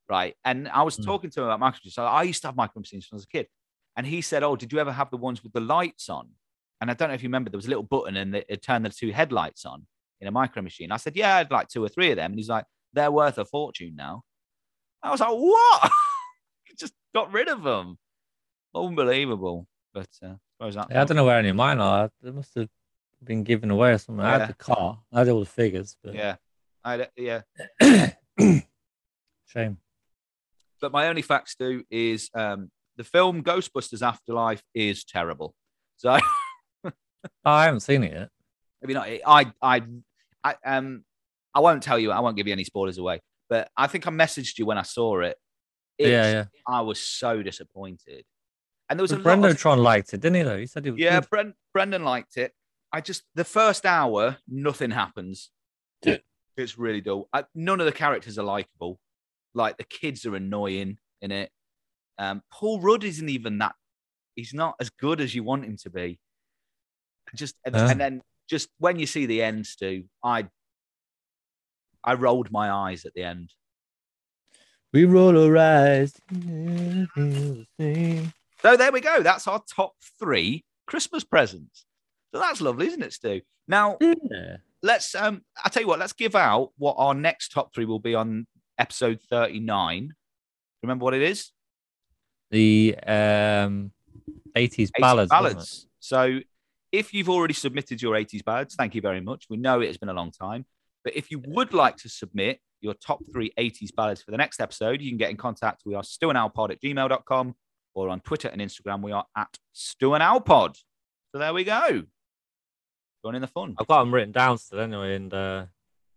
[SPEAKER 4] right? And I was
[SPEAKER 3] Mm.
[SPEAKER 4] talking to him about micro machines. So I used to have micro machines when I was a kid, and he said, "Oh, did you ever have the ones with the lights on?" And I don't know if you remember, there was a little button, and it, it turned the two headlights on in a micro machine. I said, "Yeah, I'd like two or three of them," and he's like, "They're worth a fortune now." I was like, what? You just got rid of them. Unbelievable. But uh, suppose that-
[SPEAKER 3] Yeah, I don't know where any of mine are. They must have been given away or something. I
[SPEAKER 4] Yeah.
[SPEAKER 3] had the car. I had all the figures, but
[SPEAKER 4] Yeah. I, yeah.
[SPEAKER 3] shame.
[SPEAKER 4] But my only facts do is um, the film Ghostbusters Afterlife is terrible. So I
[SPEAKER 3] Oh, I haven't seen it yet.
[SPEAKER 4] mean, I, I, I, I, um, I won't tell you. I won't give you any spoilers away. But I think I messaged you when I saw it. It's-
[SPEAKER 3] yeah, yeah.
[SPEAKER 4] I was so disappointed. And there was
[SPEAKER 3] But
[SPEAKER 4] a lot of-
[SPEAKER 3] Brendotron liked it, didn't he? Though he said he was.
[SPEAKER 4] Yeah,
[SPEAKER 3] good.
[SPEAKER 4] Bren- Brendan liked it. I just the first hour, nothing happens.
[SPEAKER 3] Yeah.
[SPEAKER 4] It's really dull. I, none of the characters are likable. Like the kids are annoying in it. Um, Paul Rudd isn't even that. He's not as good as you want him to be. Just and,
[SPEAKER 3] Ah.
[SPEAKER 4] and then just when you see the end, Stu, I I rolled my eyes at the end.
[SPEAKER 3] We roll our eyes. and feel the same.
[SPEAKER 4] So there we go. That's our top three Christmas presents. So that's lovely, isn't it, Stu? Now
[SPEAKER 3] Yeah.
[SPEAKER 4] let's um i'll tell you what let's give out what our next top three will be on episode 39 remember what it is
[SPEAKER 3] The um, 80s
[SPEAKER 4] 80s
[SPEAKER 3] ballads. wasn't it?
[SPEAKER 4] so if you've already submitted your 80s ballads thank you very much we know it has been a long time but if you would like to submit your top three 80s ballads for the next episode you can get in contact we are stu and pod at gmail.com or on twitter and instagram we are at stu and pod so there we go joining the fun
[SPEAKER 3] I've got them written down still anyway, and uh,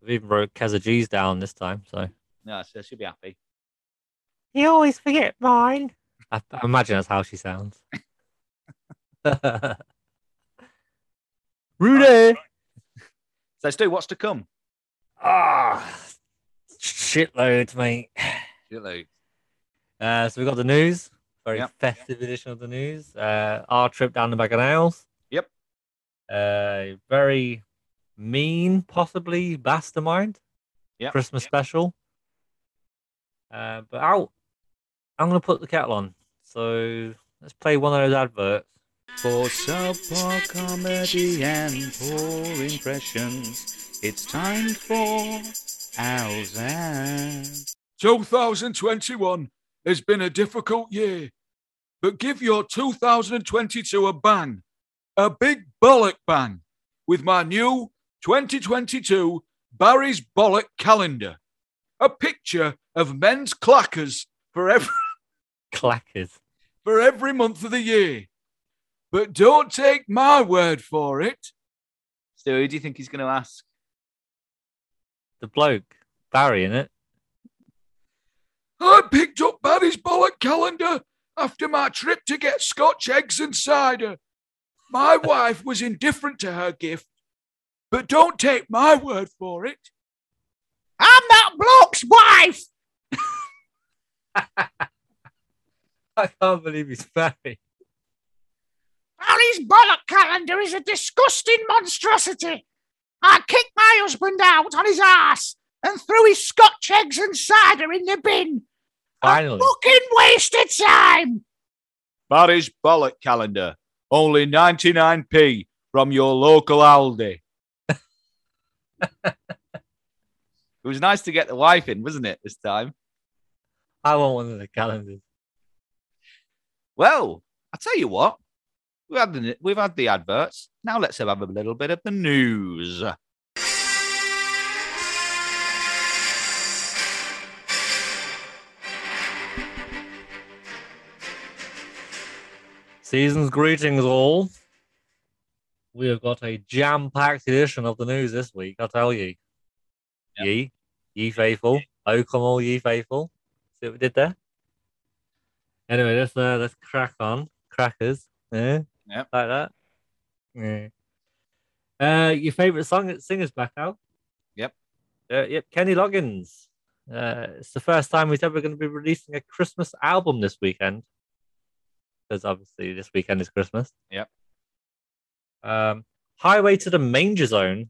[SPEAKER 3] I've even wrote Keza G's down this time. So
[SPEAKER 4] yeah so she'll be happy
[SPEAKER 3] you always forget mine. I, I imagine that's how she sounds. Rudy.
[SPEAKER 4] so stu what's to come
[SPEAKER 3] Ah, shitloads, mate. Uh, so we got the news, very
[SPEAKER 4] Yep.
[SPEAKER 3] festive edition of the news. Uh, our trip down the Bacchanals.
[SPEAKER 4] Yep.
[SPEAKER 3] Uh, very mean, possibly mastermind.
[SPEAKER 4] Yep.
[SPEAKER 3] Christmas special. Uh, but out, I'm gonna put the kettle on. So let's play one of those adverts.
[SPEAKER 2] For subpar comedy and poor impressions, it's time for Owls
[SPEAKER 6] 2021 has been a difficult year, but give your 2022 a bang, a big bollock bang, with my new 2022 Barry's Bollock Calendar. A picture of men's clackers for every,
[SPEAKER 3] Clackers.
[SPEAKER 6] for every month of the year. But don't take my word for it.
[SPEAKER 4] Stu, who do you think he's going to ask?
[SPEAKER 3] The bloke Barry in it.
[SPEAKER 6] I picked up Barry's bollock calendar after my trip to get Scotch eggs and cider. My wife was indifferent to her gift, but don't take my word for it.
[SPEAKER 4] I'm that bloke's wife.
[SPEAKER 3] I can't believe he's Barry.
[SPEAKER 2] Harry's bollock calendar is a disgusting monstrosity. I kicked my husband out on his ass and threw his scotch eggs and cider in the bin.
[SPEAKER 4] Ah,
[SPEAKER 3] Finally.
[SPEAKER 2] Fucking wasted time.
[SPEAKER 4] Barry's bollock calendar, only 99p from your local Aldi. it was nice to get the wife in, wasn't it, this time?
[SPEAKER 3] I want one of the calendars.
[SPEAKER 4] Well, I tell you what, We've had the, we've had the adverts. Now let's have a little bit of the news.
[SPEAKER 3] Season's greetings, all. We have got a jam-packed edition of the news this week. I tell you, ye, ye faithful, oh come all ye faithful. See what we did there. Anyway, let's uh, let's crack on, crackers. Yeah,
[SPEAKER 4] Yep.
[SPEAKER 3] like that. Yeah. Uh, your favorite song singer's back out.
[SPEAKER 4] Yep.
[SPEAKER 3] Uh, yep. Kenny Loggins. Uh, it's the first time he's ever going to be releasing a Christmas album this weekend because obviously this weekend is Christmas.
[SPEAKER 4] Yep.
[SPEAKER 3] Um, Highway to the Manger Zone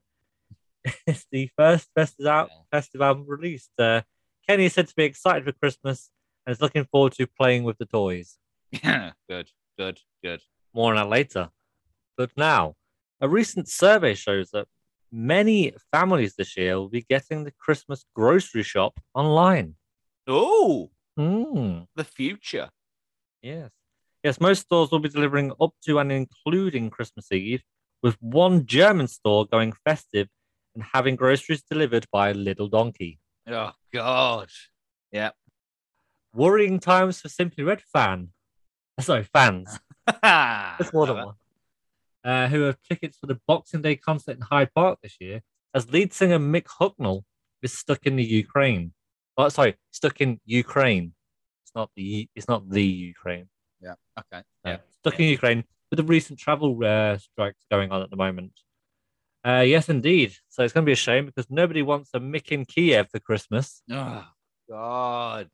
[SPEAKER 3] is the first festive, al- festive album released. Uh, Kenny is said to be excited for Christmas and is looking forward to playing with the toys.
[SPEAKER 4] good, good, good.
[SPEAKER 3] More on that later. But now, a recent survey shows that many families this year will be getting the Christmas grocery shop online.
[SPEAKER 4] Oh,
[SPEAKER 3] Mm.
[SPEAKER 4] the future.
[SPEAKER 3] Yes. Yes, most stores will be delivering up to and including Christmas Eve, with one German store going festive and having groceries delivered by Little Donkey.
[SPEAKER 4] Oh God.
[SPEAKER 3] Worrying times for Simply Red fan. Uh, Sorry, fans. That's more than one. Uh, who have tickets for the Boxing Day concert in Hyde Park this year, as lead singer Mick Hucknall is stuck in the Ukraine. Oh, sorry, stuck in Ukraine. It's not the it's not the Ukraine.
[SPEAKER 4] Okay.
[SPEAKER 3] yeah. Uh, stuck in Ukraine with the recent travel uh, strikes going on at the moment. Uh, yes, indeed. So it's going to be a shame because nobody wants a Mick in Kiev for Christmas.
[SPEAKER 4] Oh God.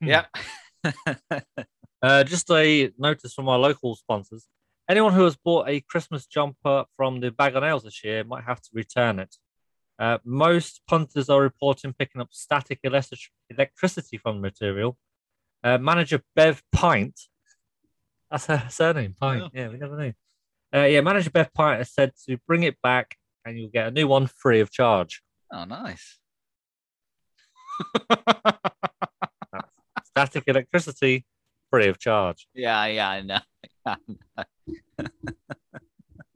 [SPEAKER 3] Hmm.
[SPEAKER 4] Yep.
[SPEAKER 3] Uh, just a notice from our local sponsors. Anyone who has bought a Christmas jumper from the Bag of Nails this year might have to return it. Uh, most punters are reporting picking up static electric- electricity from the material. Uh, manager Bev Pint, that's her surname, Pint.
[SPEAKER 4] Oh.
[SPEAKER 3] Yeah, we never knew. Uh, yeah, manager Bev Pint has said to bring it back and you'll get a new one free of charge.
[SPEAKER 4] Oh, nice.
[SPEAKER 3] Static electricity, free of charge.
[SPEAKER 4] Yeah, yeah, I know. I know.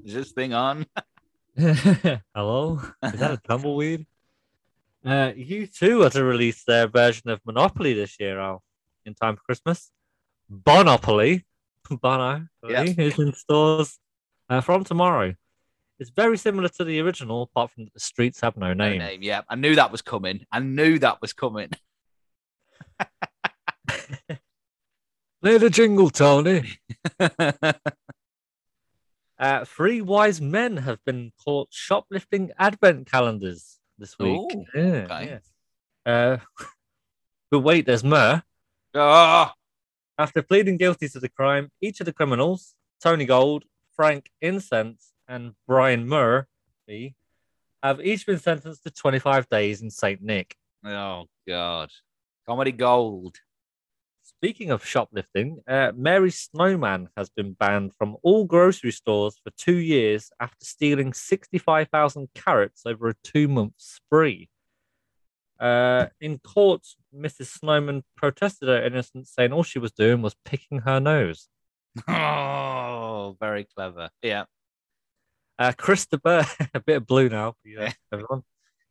[SPEAKER 4] Is this thing on?
[SPEAKER 3] Hello? Is that a tumbleweed? Uh, you too are to release their version of Monopoly this year, Al, in time for Christmas. Bonopoly, Bono,
[SPEAKER 4] Yeah.
[SPEAKER 3] is in stores uh, from tomorrow. It's very similar to the original, apart from that the streets have no
[SPEAKER 4] No
[SPEAKER 3] name.
[SPEAKER 4] name. Yeah, I knew that was coming. I knew that was coming.
[SPEAKER 3] Play the jingle, Tony. uh, three wise men have been caught shoplifting advent calendars this week.
[SPEAKER 4] Ooh,
[SPEAKER 3] Yeah,
[SPEAKER 4] okay.
[SPEAKER 3] yeah. Uh, but wait, there's more.
[SPEAKER 4] Ah,
[SPEAKER 3] After pleading guilty to the crime, each of the criminals, Tony Gold, Frank Incense, and Brian Murphy, have each been sentenced to 25 days in St. Nick.
[SPEAKER 4] oh God. Comedy gold.
[SPEAKER 3] Speaking of shoplifting, uh, Mary Snowman has been banned from all grocery stores for two years after stealing 65,000 carrots over a two month spree. Uh, in court, Mrs. Snowman protested her innocence, saying all she was doing was picking her nose.
[SPEAKER 4] Oh, very clever. Yeah.
[SPEAKER 3] Uh, Christopher, a bit of blue now. for you,
[SPEAKER 4] Yeah.
[SPEAKER 3] everyone.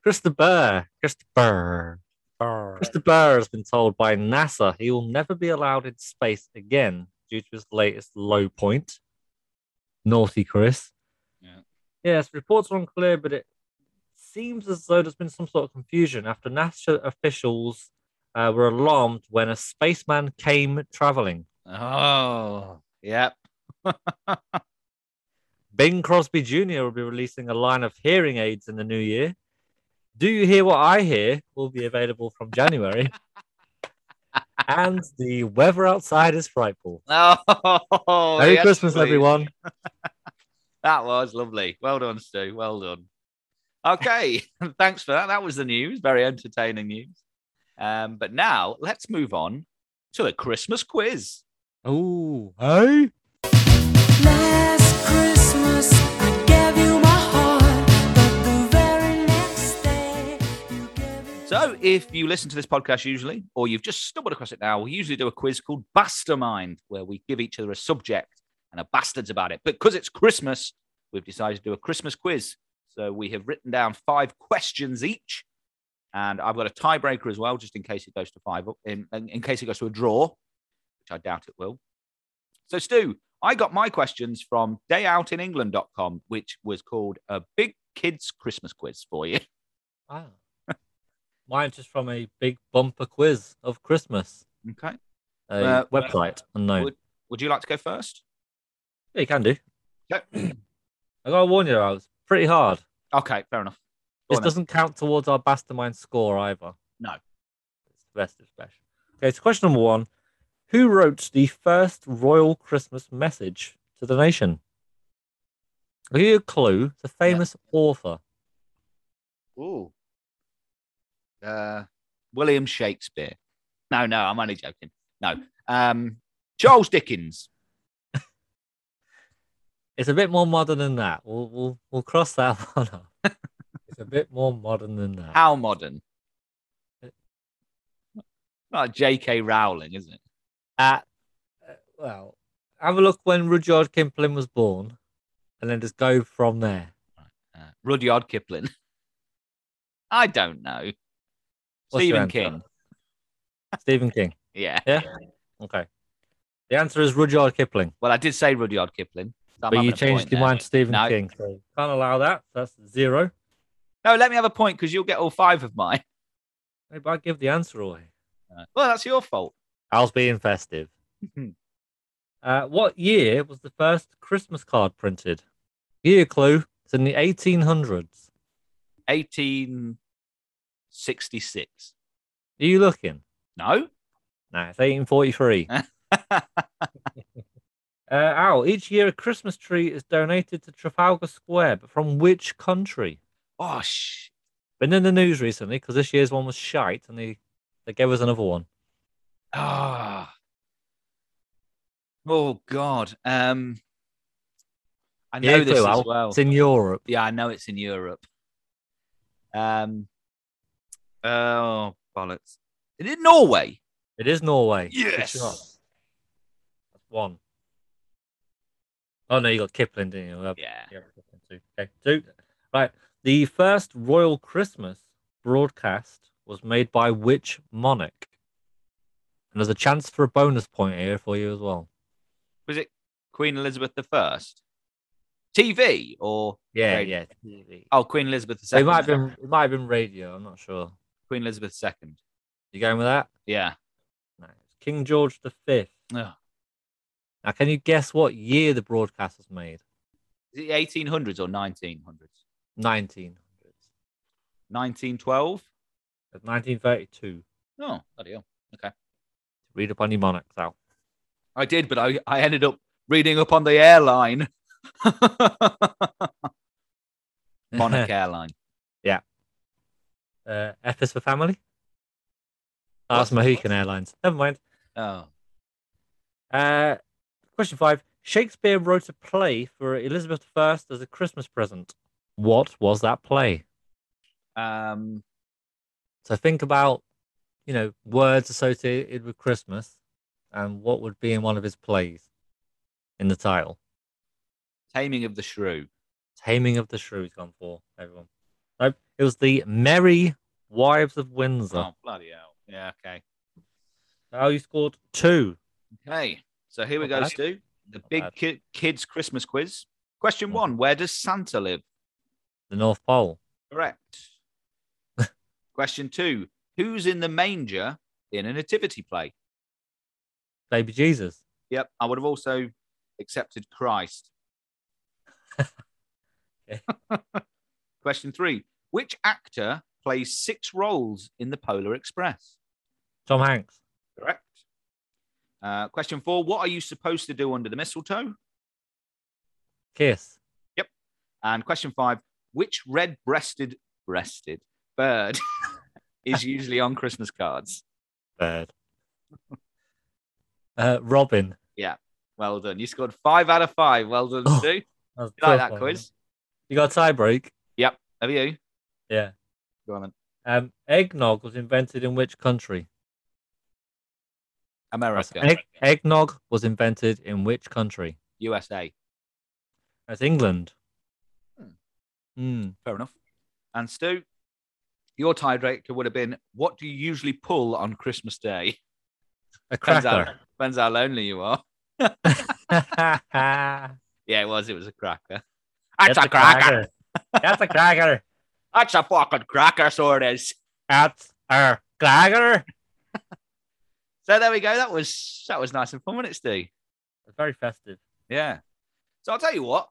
[SPEAKER 3] Christopher, Christopher, Christopher has been told by NASA he will never be allowed in space again due to his latest low point. Naughty Chris.
[SPEAKER 4] Yeah.
[SPEAKER 3] Yes, reports are unclear, but it seems as though there's been some sort of confusion after NASA officials uh, were alarmed when a spaceman came traveling.
[SPEAKER 4] Oh, yep.
[SPEAKER 3] Bing Crosby Jr. will be releasing a line of hearing aids in the new year. Do You Hear What I Hear will be available from January. and the weather outside is frightful.
[SPEAKER 4] Oh,
[SPEAKER 3] Merry
[SPEAKER 4] yes,
[SPEAKER 3] Christmas,
[SPEAKER 4] please.
[SPEAKER 3] everyone.
[SPEAKER 4] That was lovely. Well done, Stu. Well done. Okay, thanks for that. That was the news. Very entertaining news. Um, but now let's move on to the Christmas quiz.
[SPEAKER 3] Oh, hey.
[SPEAKER 1] Last Christmas I gave you my heart, but the very next day you gave it.
[SPEAKER 4] So, if you listen to this podcast usually, or you've just stumbled across it now, we usually do a quiz called Mastermind, where we give each other a subject and are bastards about it. But because it's Christmas, we've decided to do a Christmas quiz. So we have written down five questions each. And I've got a tiebreaker as well, just in case it goes to five, in, in, in case it goes to a draw, which I doubt it will. So, Stu, I got my questions from dayoutinengland.com, which was called a Big Kids Christmas Quiz for you.
[SPEAKER 3] Wow. Ah. Mine's just from a big bumper quiz of Christmas.
[SPEAKER 4] Okay.
[SPEAKER 3] A
[SPEAKER 4] Uh,
[SPEAKER 3] website unknown.
[SPEAKER 4] Would you like to go first?
[SPEAKER 3] Yeah, you can do.
[SPEAKER 4] Yep.
[SPEAKER 3] I gotta warn you, I was pretty hard.
[SPEAKER 4] Okay, fair enough. Go
[SPEAKER 3] This
[SPEAKER 4] on then.
[SPEAKER 3] doesn't count towards our Mastermind score either.
[SPEAKER 4] No.
[SPEAKER 3] It's the best of special. Okay, so question number one Who wrote the first royal Christmas message to the nation? I'll give you a clue. The famous author.
[SPEAKER 4] Ooh. Uh, William Shakespeare. No, no, I'm only joking. No. Um, Charles Dickens.
[SPEAKER 3] It's a bit more modern than that. We'll we'll, we'll cross that one off. it's a bit more modern than that.
[SPEAKER 4] How modern? Not J.K. Rowling, is it?
[SPEAKER 3] at uh, well, have a look when Rudyard Kipling was born, and then just go from there.
[SPEAKER 4] Uh, Rudyard Kipling. I don't know.
[SPEAKER 3] What's your
[SPEAKER 4] Stephen
[SPEAKER 3] answer?
[SPEAKER 4] King.
[SPEAKER 3] Stephen King.
[SPEAKER 4] Yeah.
[SPEAKER 3] Yeah. Okay. The answer is Rudyard Kipling,
[SPEAKER 4] Well, I did say Rudyard Kipling. so I'm
[SPEAKER 3] but
[SPEAKER 4] having
[SPEAKER 3] you
[SPEAKER 4] a
[SPEAKER 3] changed
[SPEAKER 4] point
[SPEAKER 3] your
[SPEAKER 4] there.
[SPEAKER 3] mind to Stephen
[SPEAKER 4] No.
[SPEAKER 3] King, so can't allow that. so that's zero.
[SPEAKER 4] No, let me have a point because you'll get all five of mine.
[SPEAKER 3] Maybe I give the answer away.
[SPEAKER 4] Well, that's your fault.
[SPEAKER 3] I was being festive.
[SPEAKER 4] Hmm.
[SPEAKER 3] uh, what year was the first Christmas card printed? Year clue. It's in the 1800s.
[SPEAKER 4] 1866.
[SPEAKER 3] Are you looking?
[SPEAKER 4] No?
[SPEAKER 3] No, it's 1843. Uh, Al, each year a Christmas tree is donated to Trafalgar Square, but from which country?
[SPEAKER 4] oh, shh.
[SPEAKER 3] Been in the news recently because this year's one was shite and they, they gave us another one.
[SPEAKER 4] Ah. Oh God. Um I know
[SPEAKER 3] Yeah,
[SPEAKER 4] this
[SPEAKER 3] clue,
[SPEAKER 4] as
[SPEAKER 3] Al.
[SPEAKER 4] well.
[SPEAKER 3] It's in Europe.
[SPEAKER 4] Yeah, I know it's in Europe. Um Oh bollocks. Is it Norway?
[SPEAKER 3] It is Norway. Good
[SPEAKER 2] Yes.
[SPEAKER 3] shot. That's one. Oh, no, you got Kipling, didn't you? Uh,
[SPEAKER 4] Yeah.
[SPEAKER 3] yeah, Kipling too. Okay, two. Right. The first Royal Christmas broadcast was made by which monarch? And there's a chance for a bonus point here for you as well.
[SPEAKER 4] Was it Queen Elizabeth the First? TV or
[SPEAKER 3] Yeah,
[SPEAKER 4] Great.
[SPEAKER 3] yeah. TV.
[SPEAKER 4] oh Queen Elizabeth the
[SPEAKER 3] So it
[SPEAKER 4] Second?
[SPEAKER 3] might have been it might have been radio. I'm not sure.
[SPEAKER 4] Queen Elizabeth Second.
[SPEAKER 3] You going with that?
[SPEAKER 4] Yeah.
[SPEAKER 3] No. It's King George the Fifth.
[SPEAKER 4] Ugh.
[SPEAKER 3] Now, can you guess what year the broadcast was made?
[SPEAKER 4] Is it eighteen hundreds or nineteen hundreds?
[SPEAKER 3] 1900s.
[SPEAKER 4] Nineteen twelve?
[SPEAKER 3] Of 1932.
[SPEAKER 4] Oh, bloody hell.
[SPEAKER 3] Read up on your monarchs out.
[SPEAKER 4] I did, but I, I ended up reading up on the airline. Monarch Airline.
[SPEAKER 3] Uh, F is for family. Oh, that's Mohican Airlines. Never mind.
[SPEAKER 4] Oh.
[SPEAKER 3] Uh, question five. Shakespeare wrote a play for Elizabeth I as a Christmas present. What was that play?
[SPEAKER 4] Um,
[SPEAKER 3] So think about, you know, words associated with Christmas and what would be in one of his plays in the title.
[SPEAKER 4] Taming of the Shrew.
[SPEAKER 3] Taming of the Shrews gone for everyone. Nope. It was the Merry Wives of Windsor.
[SPEAKER 4] Oh, bloody hell. Yeah, okay.
[SPEAKER 3] How you scored two.
[SPEAKER 4] Okay. So here we
[SPEAKER 3] Not
[SPEAKER 4] go,
[SPEAKER 3] bad.
[SPEAKER 4] Stu. The
[SPEAKER 3] Not
[SPEAKER 4] big
[SPEAKER 3] bad.
[SPEAKER 4] ki- kids Christmas quiz. Question
[SPEAKER 3] Mhm.
[SPEAKER 4] one Where does Santa live?
[SPEAKER 3] The North Pole.
[SPEAKER 4] Correct. Question two Who's in the manger in a nativity play?
[SPEAKER 3] Baby Jesus.
[SPEAKER 4] Yep. I would have also accepted Christ.
[SPEAKER 3] Okay.
[SPEAKER 4] Question three Which actor plays six roles in the Polar Express?
[SPEAKER 3] Tom Hanks.
[SPEAKER 4] Correct. Uh, question four What are you supposed to do under the mistletoe?
[SPEAKER 3] Kiss.
[SPEAKER 4] And question five Which red breasted, breasted bird is usually on Christmas cards?
[SPEAKER 3] Bird. uh, Robin.
[SPEAKER 4] Well done. You scored five out of five. Well done,
[SPEAKER 3] Oh,
[SPEAKER 4] Stu.
[SPEAKER 3] That was a
[SPEAKER 4] You like
[SPEAKER 3] tough
[SPEAKER 4] that
[SPEAKER 3] one.
[SPEAKER 4] quiz?
[SPEAKER 3] You got a tie break.
[SPEAKER 4] Have you?
[SPEAKER 3] Yeah.
[SPEAKER 4] Go on then.
[SPEAKER 3] Um, eggnog was invented in which country?
[SPEAKER 4] America.
[SPEAKER 3] Egg- eggnog was invented in which country?
[SPEAKER 4] USA.
[SPEAKER 3] That's England. Hmm.
[SPEAKER 4] Fair enough. And Stu, your tiebreaker would have been what do you usually pull on Christmas Day?
[SPEAKER 3] A
[SPEAKER 4] Depends how,
[SPEAKER 3] cracker.
[SPEAKER 4] depends how lonely you are.
[SPEAKER 3] That's
[SPEAKER 4] Yeah, it was. It was a cracker. That's, a
[SPEAKER 3] a
[SPEAKER 4] cracker.
[SPEAKER 3] cracker. That's a cracker.
[SPEAKER 4] That's a fucking cracker, so it is.
[SPEAKER 3] That's a cracker.
[SPEAKER 4] So there we go. That was that was nice and fun, wasn't it, Stu?
[SPEAKER 3] It's very festive.
[SPEAKER 4] Yeah. So I'll tell you what.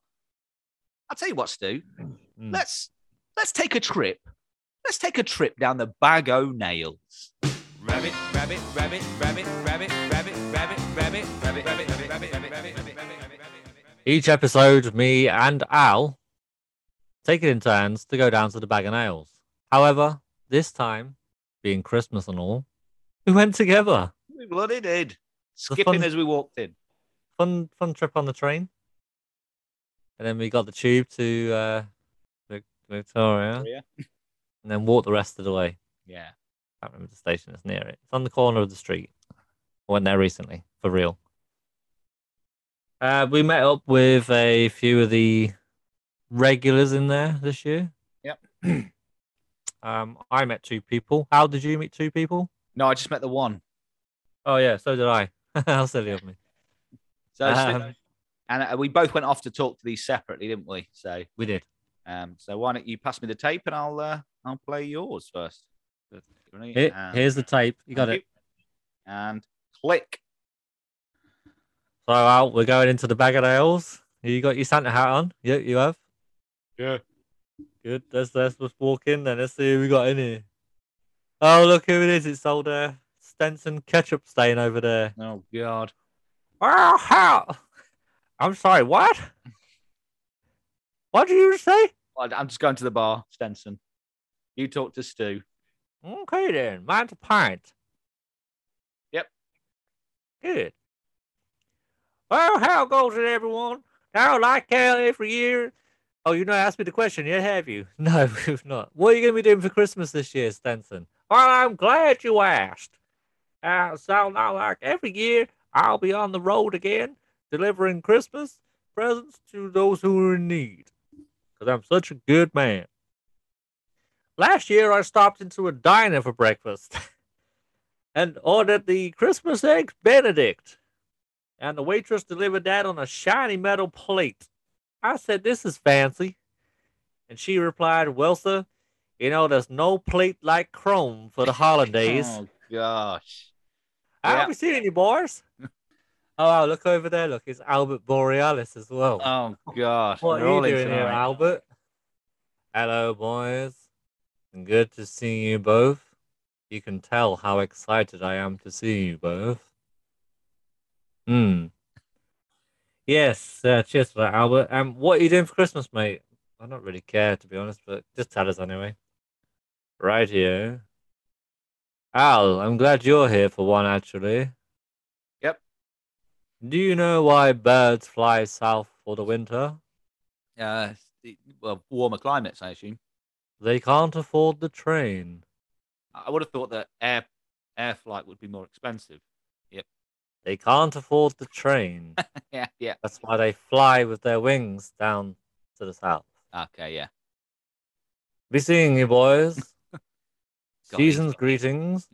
[SPEAKER 4] I'll tell you what, Stu.
[SPEAKER 3] Mm.
[SPEAKER 4] Let's let's take a trip. Let's take a trip down the bag o' nails. Rabbit, rabbit, rabbit, rabbit, rabbit, rabbit, rabbit, rabbit, rabbit, rabbit, rabbit, rabbit, rabbit, rabbit, rabbit,
[SPEAKER 3] Each episode, me and Al take it in turns to go down to the bag of nails. However, this time, being Christmas and all, we went together.
[SPEAKER 4] We bloody did.
[SPEAKER 3] The
[SPEAKER 4] Skipping
[SPEAKER 3] fun-
[SPEAKER 4] as we walked in.
[SPEAKER 3] Fun, fun trip on the train. And then we got the tube to uh, Vic- Victoria
[SPEAKER 4] Victoria.
[SPEAKER 3] and then walked the rest of the way.
[SPEAKER 4] Yeah.
[SPEAKER 3] I can't remember the station that's near it. It's on the corner of the street. I went there recently, for real. Uh, we met up with a few of the regulars in there this year.
[SPEAKER 4] Yep.
[SPEAKER 3] um, I met two people. How did you meet two people?
[SPEAKER 4] No, I just met the one.
[SPEAKER 3] Oh yeah, so did I. How silly of me.
[SPEAKER 4] So
[SPEAKER 3] Um,
[SPEAKER 4] and uh, we both went off to talk to these separately, didn't we? So
[SPEAKER 3] We did.
[SPEAKER 4] um, so why don't you pass me the tape and I'll uh, I'll play yours first.
[SPEAKER 3] Here-
[SPEAKER 4] Um,
[SPEAKER 3] here's the tape. You got
[SPEAKER 4] Thank
[SPEAKER 3] it.
[SPEAKER 4] you. And click.
[SPEAKER 3] So Al, we're going into the bag of nails. You got your Santa hat on? Yeah, you have.
[SPEAKER 6] Yeah.
[SPEAKER 3] Good. Let's let's just walk in then. Let's see who we got in here. Oh look who it is! It's old uh, Stenson ketchup stain over there.
[SPEAKER 4] Oh God.
[SPEAKER 3] Oh how? I'm sorry. What? What did you say?
[SPEAKER 4] I- I'm just going to the bar, Stenson. You talk to Stu.
[SPEAKER 3] Okay then, mind the pint.
[SPEAKER 4] Yep.
[SPEAKER 3] Good. Well, how goes it, everyone? Now, like hell, every year. Oh, you not asked me the question yet, have you? No, we've not. What are you going to be doing for Christmas this year, Stenson? Well, I'm glad you asked. Uh, so now, like every year, I'll be on the road again, delivering Christmas presents to those who are in need. Because I'm such a good man. Last year, I stopped into a diner for breakfast and ordered the Christmas eggs Benedict. And the waitress delivered that on a shiny metal plate. I said, This is fancy. And she replied, Well, sir, you know, there's no plate like chrome for the holidays.
[SPEAKER 4] Oh gosh. yeah.
[SPEAKER 3] I'll be seeing you, boys. oh, wow, look over there. Look, it's Albert Borealis as well.
[SPEAKER 4] Oh gosh.
[SPEAKER 3] What
[SPEAKER 4] We're
[SPEAKER 3] are
[SPEAKER 4] all
[SPEAKER 3] you
[SPEAKER 4] in
[SPEAKER 3] doing here,
[SPEAKER 4] tonight.
[SPEAKER 3] Albert? Hello, boys. Good to see you both. You can tell how excited I am to see you both. Hmm. Yes, uh, cheers for that, Albert. Um, what are you doing for Christmas, mate? I don't really care, to be honest, but just tell us anyway. Right here. Al, I'm glad you're here for one, actually.
[SPEAKER 4] Yep.
[SPEAKER 3] Do you know why birds fly south for the winter?
[SPEAKER 4] Uh, it- well, warmer climates, I assume.
[SPEAKER 3] They can't afford the train.
[SPEAKER 4] I I would have thought that air air flight would be more expensive.
[SPEAKER 3] They can't afford the train.
[SPEAKER 4] Yeah, yeah.
[SPEAKER 3] That's why they fly with their wings down to the south.
[SPEAKER 4] Okay, yeah.
[SPEAKER 3] Be seeing you, boys.
[SPEAKER 4] God, he's-
[SPEAKER 3] Season's greetings.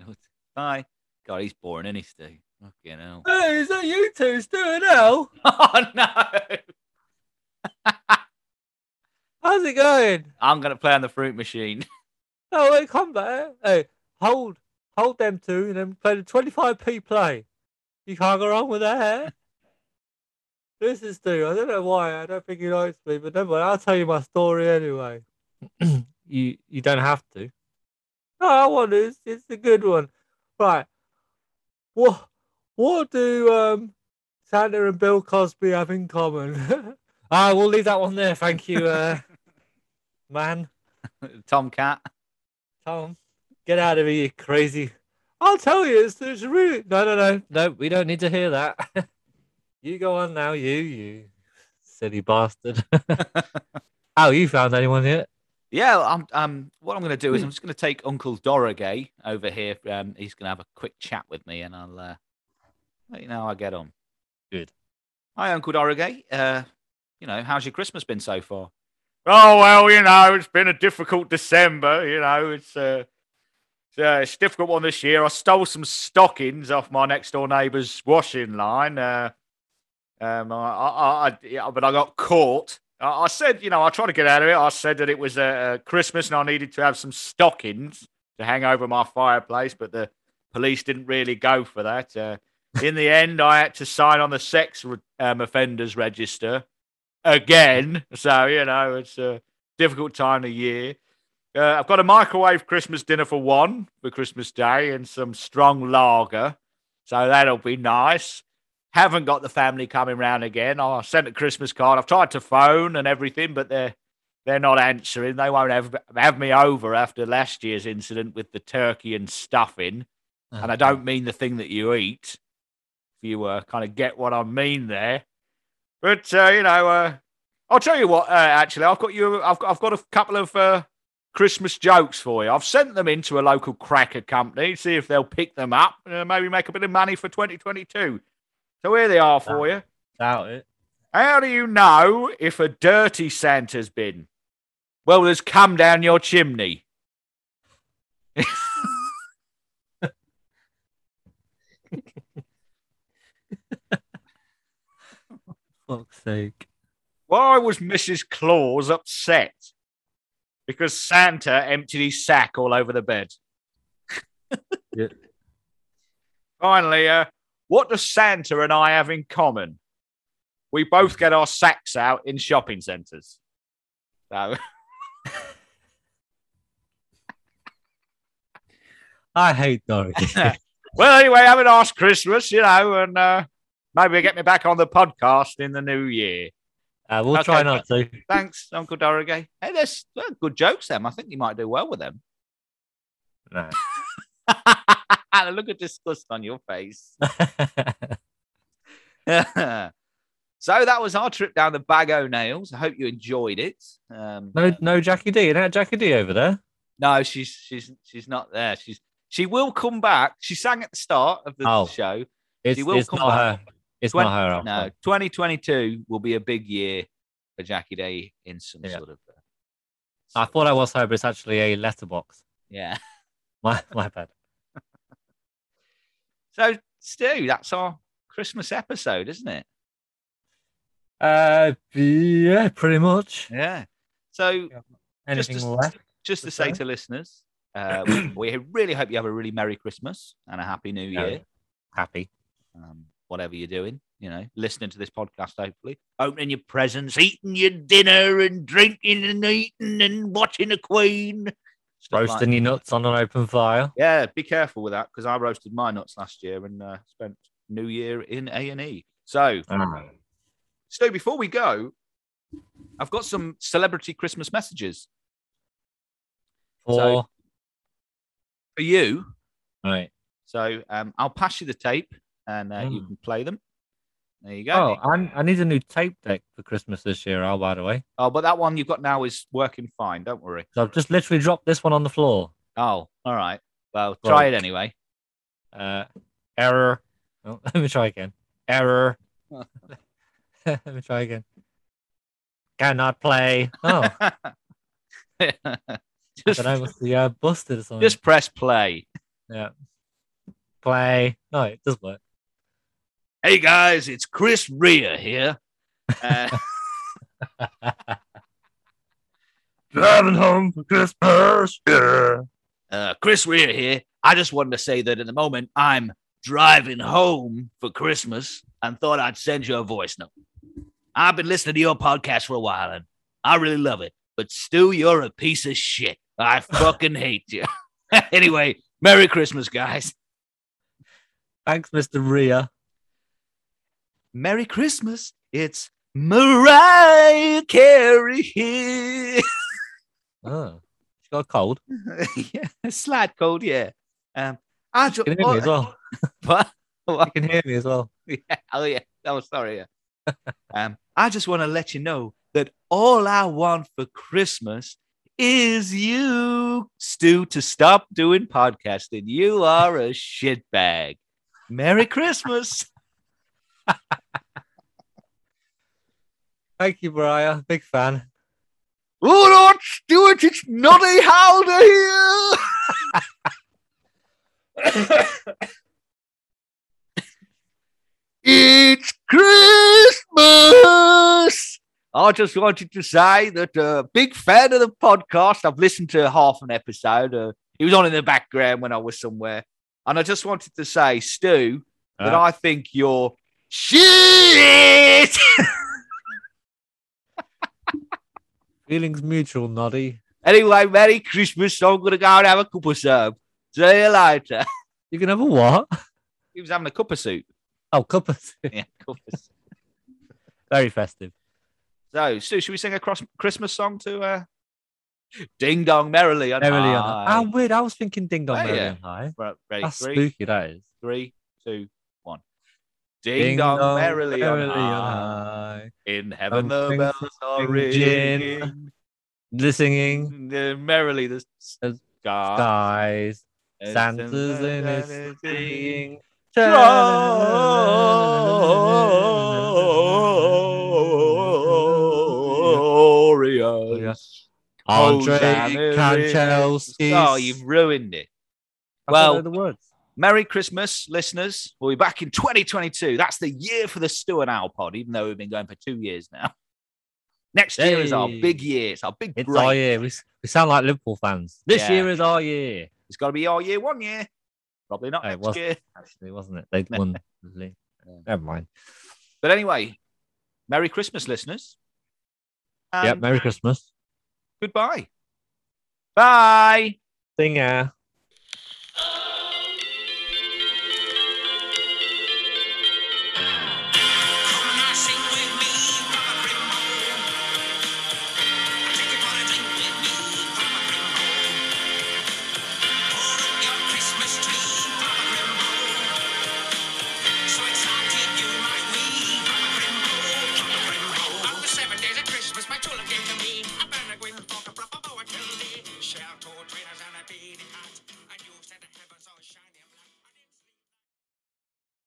[SPEAKER 4] Bye. God, he's boring, isn't he, Stu? Fucking hell.
[SPEAKER 3] Hey, is that you two, Stu and Al?
[SPEAKER 4] oh no.
[SPEAKER 3] How's it going?
[SPEAKER 4] I'm gonna play on the fruit machine.
[SPEAKER 3] Oh, wait, come back. Hey, hold, hold them two, and then play the twenty-five p play. You can't go wrong with that. this is Stu. I don't know why. I don't think he likes me, but never mind. I'll tell you my story anyway. you, you don't have to. No, I want to. It's, it's a good one. Right. What, what do um, Santa and Bill Cosby have in common? ah, we'll leave that one there. Thank you, uh, man.
[SPEAKER 4] Tomcat.
[SPEAKER 3] Tom, get out of here, you crazy. I'll tell you, it's, it's really. No, no, no. No, we don't need to hear that. you go on now, you, you silly bastard. oh, you found anyone yet?
[SPEAKER 4] Yeah, I'm, um, what I'm going to do is
[SPEAKER 2] Hmm.
[SPEAKER 4] I'm just going to take Uncle Dorogay over here. Um, he's going to have a quick chat with me, and I'll uh, let you know how I get on.
[SPEAKER 3] Good.
[SPEAKER 4] Hi, Uncle Dorogate. Uh, you know, how's your Christmas been so far?
[SPEAKER 2] Oh well, you know, it's been a difficult December. You know, it's uh, it's, uh, it's a difficult one this year. I stole some stockings off my next door neighbour's washing line. Uh, um, I, I, I, yeah, but I got caught. I, I said, you know, I tried to get out of it. I said that it was uh, Christmas and I needed to have some stockings to hang over my fireplace, but the police didn't really go for that. Uh, in the end, I had to sign on the sex re- um, offenders register again. So you know, it's a difficult time of year. Uh, I've got a microwave Christmas dinner for one for Christmas Day and some strong lager, so that'll be nice. Haven't got the family coming round again. Oh, I sent a Christmas card. I've tried to phone and everything, but they're they're not answering. They won't have have me over after last year's incident with the turkey and stuffing. And I don't mean the thing that you eat. If you uh, kind of get what I mean there. But uh, you know, uh, I'll tell you what. Uh, actually, I've got you. I've got, I've got a couple of uh, Christmas jokes for you. I've sent them into a local cracker company. See if they'll pick them up. Uh, maybe make a bit of money for 2022. So here they are for you.
[SPEAKER 3] Doubt it.
[SPEAKER 2] How do you know if a dirty Santa's been? Well, there's come down your chimney.
[SPEAKER 3] Fuck's sake.
[SPEAKER 2] Why was Mrs. Claus upset? Because Santa emptied his sack all over the bed.
[SPEAKER 3] Yeah.
[SPEAKER 2] Finally, uh, what do Santa and I have in common? We both get our sacks out in shopping centres. So,
[SPEAKER 3] I hate Dorothy.
[SPEAKER 2] well, anyway, have a nice Christmas, you know, and uh, maybe get me back on the podcast in the new year.
[SPEAKER 3] Uh, we'll
[SPEAKER 2] Okay,
[SPEAKER 3] try not to.
[SPEAKER 2] Thanks, Uncle Dorogay.
[SPEAKER 4] Hey, there's uh, good jokes, them. I think you might do well with them.
[SPEAKER 3] No.
[SPEAKER 4] the look of disgust on your face. so that was our trip down the bag o' nails. I hope you enjoyed it. Um,
[SPEAKER 3] no, no, Jackie D. And that Jackie D over there.
[SPEAKER 4] No, she's she's she's not there. She's she will come back. She sang at the start of the
[SPEAKER 3] Oh.
[SPEAKER 4] show.
[SPEAKER 3] It's,
[SPEAKER 4] She will
[SPEAKER 3] it's
[SPEAKER 4] come
[SPEAKER 3] not
[SPEAKER 4] back.
[SPEAKER 3] her. It's
[SPEAKER 4] Twen-
[SPEAKER 3] not her. Alpha.
[SPEAKER 4] No, 2022 will be a big year for Jackie Day in some
[SPEAKER 3] Yeah.
[SPEAKER 4] sort of. uh,
[SPEAKER 3] I thought I was her, but it's actually a letterbox.
[SPEAKER 4] yeah.
[SPEAKER 3] My my bad.
[SPEAKER 4] So Stu, that's our Christmas episode, isn't it?
[SPEAKER 3] Uh, yeah, pretty much.
[SPEAKER 4] Yeah. So
[SPEAKER 3] Anything
[SPEAKER 4] just,
[SPEAKER 3] left?
[SPEAKER 4] just to
[SPEAKER 3] to
[SPEAKER 4] say
[SPEAKER 3] say?
[SPEAKER 4] to listeners, uh, we, we really hope you have a really merry Christmas and a happy New
[SPEAKER 3] No.
[SPEAKER 4] Year.
[SPEAKER 3] Happy.
[SPEAKER 4] um, whatever you're doing, you know, listening to this podcast, hopefully, opening your presents, eating your dinner, and drinking and eating and watching a queen. Stuff like
[SPEAKER 3] Roasting
[SPEAKER 4] that.
[SPEAKER 3] your nuts on an open fire.
[SPEAKER 4] Yeah, be careful with that because I roasted my nuts last year and uh, spent New Year in A and E. So,
[SPEAKER 3] Ah.
[SPEAKER 4] Stu, before we go, I've got some celebrity Christmas messages
[SPEAKER 3] Four.
[SPEAKER 4] So- for you.
[SPEAKER 3] right.
[SPEAKER 4] So um, I'll pass you the tape and uh, you
[SPEAKER 3] Mm.
[SPEAKER 4] can play them. There you go.
[SPEAKER 3] Oh, I, I need a new tape deck for Christmas this year. Oh, by the way,
[SPEAKER 4] oh, but that one you've got now is working fine. Don't worry.
[SPEAKER 3] so I've just literally dropped this one on the floor.
[SPEAKER 4] Oh, all right. Well,
[SPEAKER 3] Well-
[SPEAKER 4] try it anyway.
[SPEAKER 3] Uh, error. Oh, let me try again. Error. let me try again. Cannot play. Oh,
[SPEAKER 4] just,
[SPEAKER 3] then I must be uh, busted or something.
[SPEAKER 4] just press play.
[SPEAKER 3] play. No, it does work.
[SPEAKER 4] Hey guys, it's Chris Rea here. Uh,
[SPEAKER 3] Driving home for Christmas. Yeah.
[SPEAKER 4] uh, Chris Rea here. I just wanted to say that at the moment I'm driving home for Christmas and thought I'd send you a voice note. I've been listening to your podcast for a while and I really love it. But Stu, you're a piece of shit. I fucking hate you. anyway, Merry Christmas, guys.
[SPEAKER 3] Thanks, Mr. Rhea.
[SPEAKER 4] Merry Christmas. It's Mariah Carey here.
[SPEAKER 3] Oh, she got a cold.
[SPEAKER 4] yeah, slight cold, yeah. Um, I just,
[SPEAKER 3] You can hear me as well.
[SPEAKER 4] What?
[SPEAKER 3] You can hear me as well.
[SPEAKER 4] Yeah. Oh, yeah. Oh, sorry. Yeah. um, I just want to let you know that all I want for Christmas is you, Stu, to stop doing podcasting. You are a shitbag. Merry Christmas.
[SPEAKER 3] Thank you, Mariah. Big fan.
[SPEAKER 4] Oh, Lord Stuart, it's Noddy Howder here. it's Christmas. I just wanted to say that uh, big fan of the podcast. I've listened to half an episode. Uh, it was on in the background when I was somewhere. And I just wanted to say, Stu, that
[SPEAKER 3] Uh.
[SPEAKER 4] I think you're shit.
[SPEAKER 3] Feelings mutual, Noddy.
[SPEAKER 4] Anyway, Merry Christmas. I'm going to go and have a cup of soup. See you later.
[SPEAKER 3] You can have a what?
[SPEAKER 4] He was having a cup of soup.
[SPEAKER 3] Oh, cup of
[SPEAKER 4] Yeah, cup of soup.
[SPEAKER 3] Very festive.
[SPEAKER 4] So, Stu, should we sing a cross- Christmas song to uh, Ding Dong Merrily on
[SPEAKER 3] Merrily on
[SPEAKER 4] High?
[SPEAKER 3] High. Oh, weird. I was thinking Ding Dong
[SPEAKER 4] Oh,
[SPEAKER 3] Merrily
[SPEAKER 4] yeah.
[SPEAKER 3] on High.
[SPEAKER 4] Right, ready?
[SPEAKER 3] That's
[SPEAKER 4] Three,
[SPEAKER 3] spooky, that is.
[SPEAKER 4] three, two, one. Ding, dong, merrily, on high.
[SPEAKER 3] high.
[SPEAKER 4] In heaven the
[SPEAKER 3] Something,
[SPEAKER 4] bells are
[SPEAKER 3] ringing.
[SPEAKER 4] ringing.
[SPEAKER 3] Listening,
[SPEAKER 4] The merrily the
[SPEAKER 3] The
[SPEAKER 4] sky.
[SPEAKER 3] guys,
[SPEAKER 4] and
[SPEAKER 3] Santa's in his
[SPEAKER 4] Santa's
[SPEAKER 3] singing.
[SPEAKER 4] Glorious.
[SPEAKER 3] Andre
[SPEAKER 4] Hosanna
[SPEAKER 3] Kanchelskis.
[SPEAKER 4] Oh, you've ruined it.
[SPEAKER 3] I
[SPEAKER 4] well-
[SPEAKER 3] don't know the words.
[SPEAKER 4] Merry Christmas, listeners. We'll be back in 2022. That's the year for the Stu and Al pod, even though we've been going for two years now. Next year is our
[SPEAKER 3] Hey.
[SPEAKER 4] big year. It's our big
[SPEAKER 3] It's
[SPEAKER 4] break.
[SPEAKER 3] our year. We, s- we sound like Liverpool fans. This
[SPEAKER 4] Yeah.
[SPEAKER 3] year is our year.
[SPEAKER 4] It's got to be our year one year. Probably not
[SPEAKER 3] Oh, it
[SPEAKER 4] next
[SPEAKER 3] was.
[SPEAKER 4] year.
[SPEAKER 3] Actually, wasn't it? They won. the league. Never mind.
[SPEAKER 4] But anyway, Merry Christmas, listeners.
[SPEAKER 3] Yeah.
[SPEAKER 4] And
[SPEAKER 3] Merry Christmas.
[SPEAKER 4] Goodbye. Bye.
[SPEAKER 3] Singer.
[SPEAKER 7] Shell, tall trainers, and a beanie hat.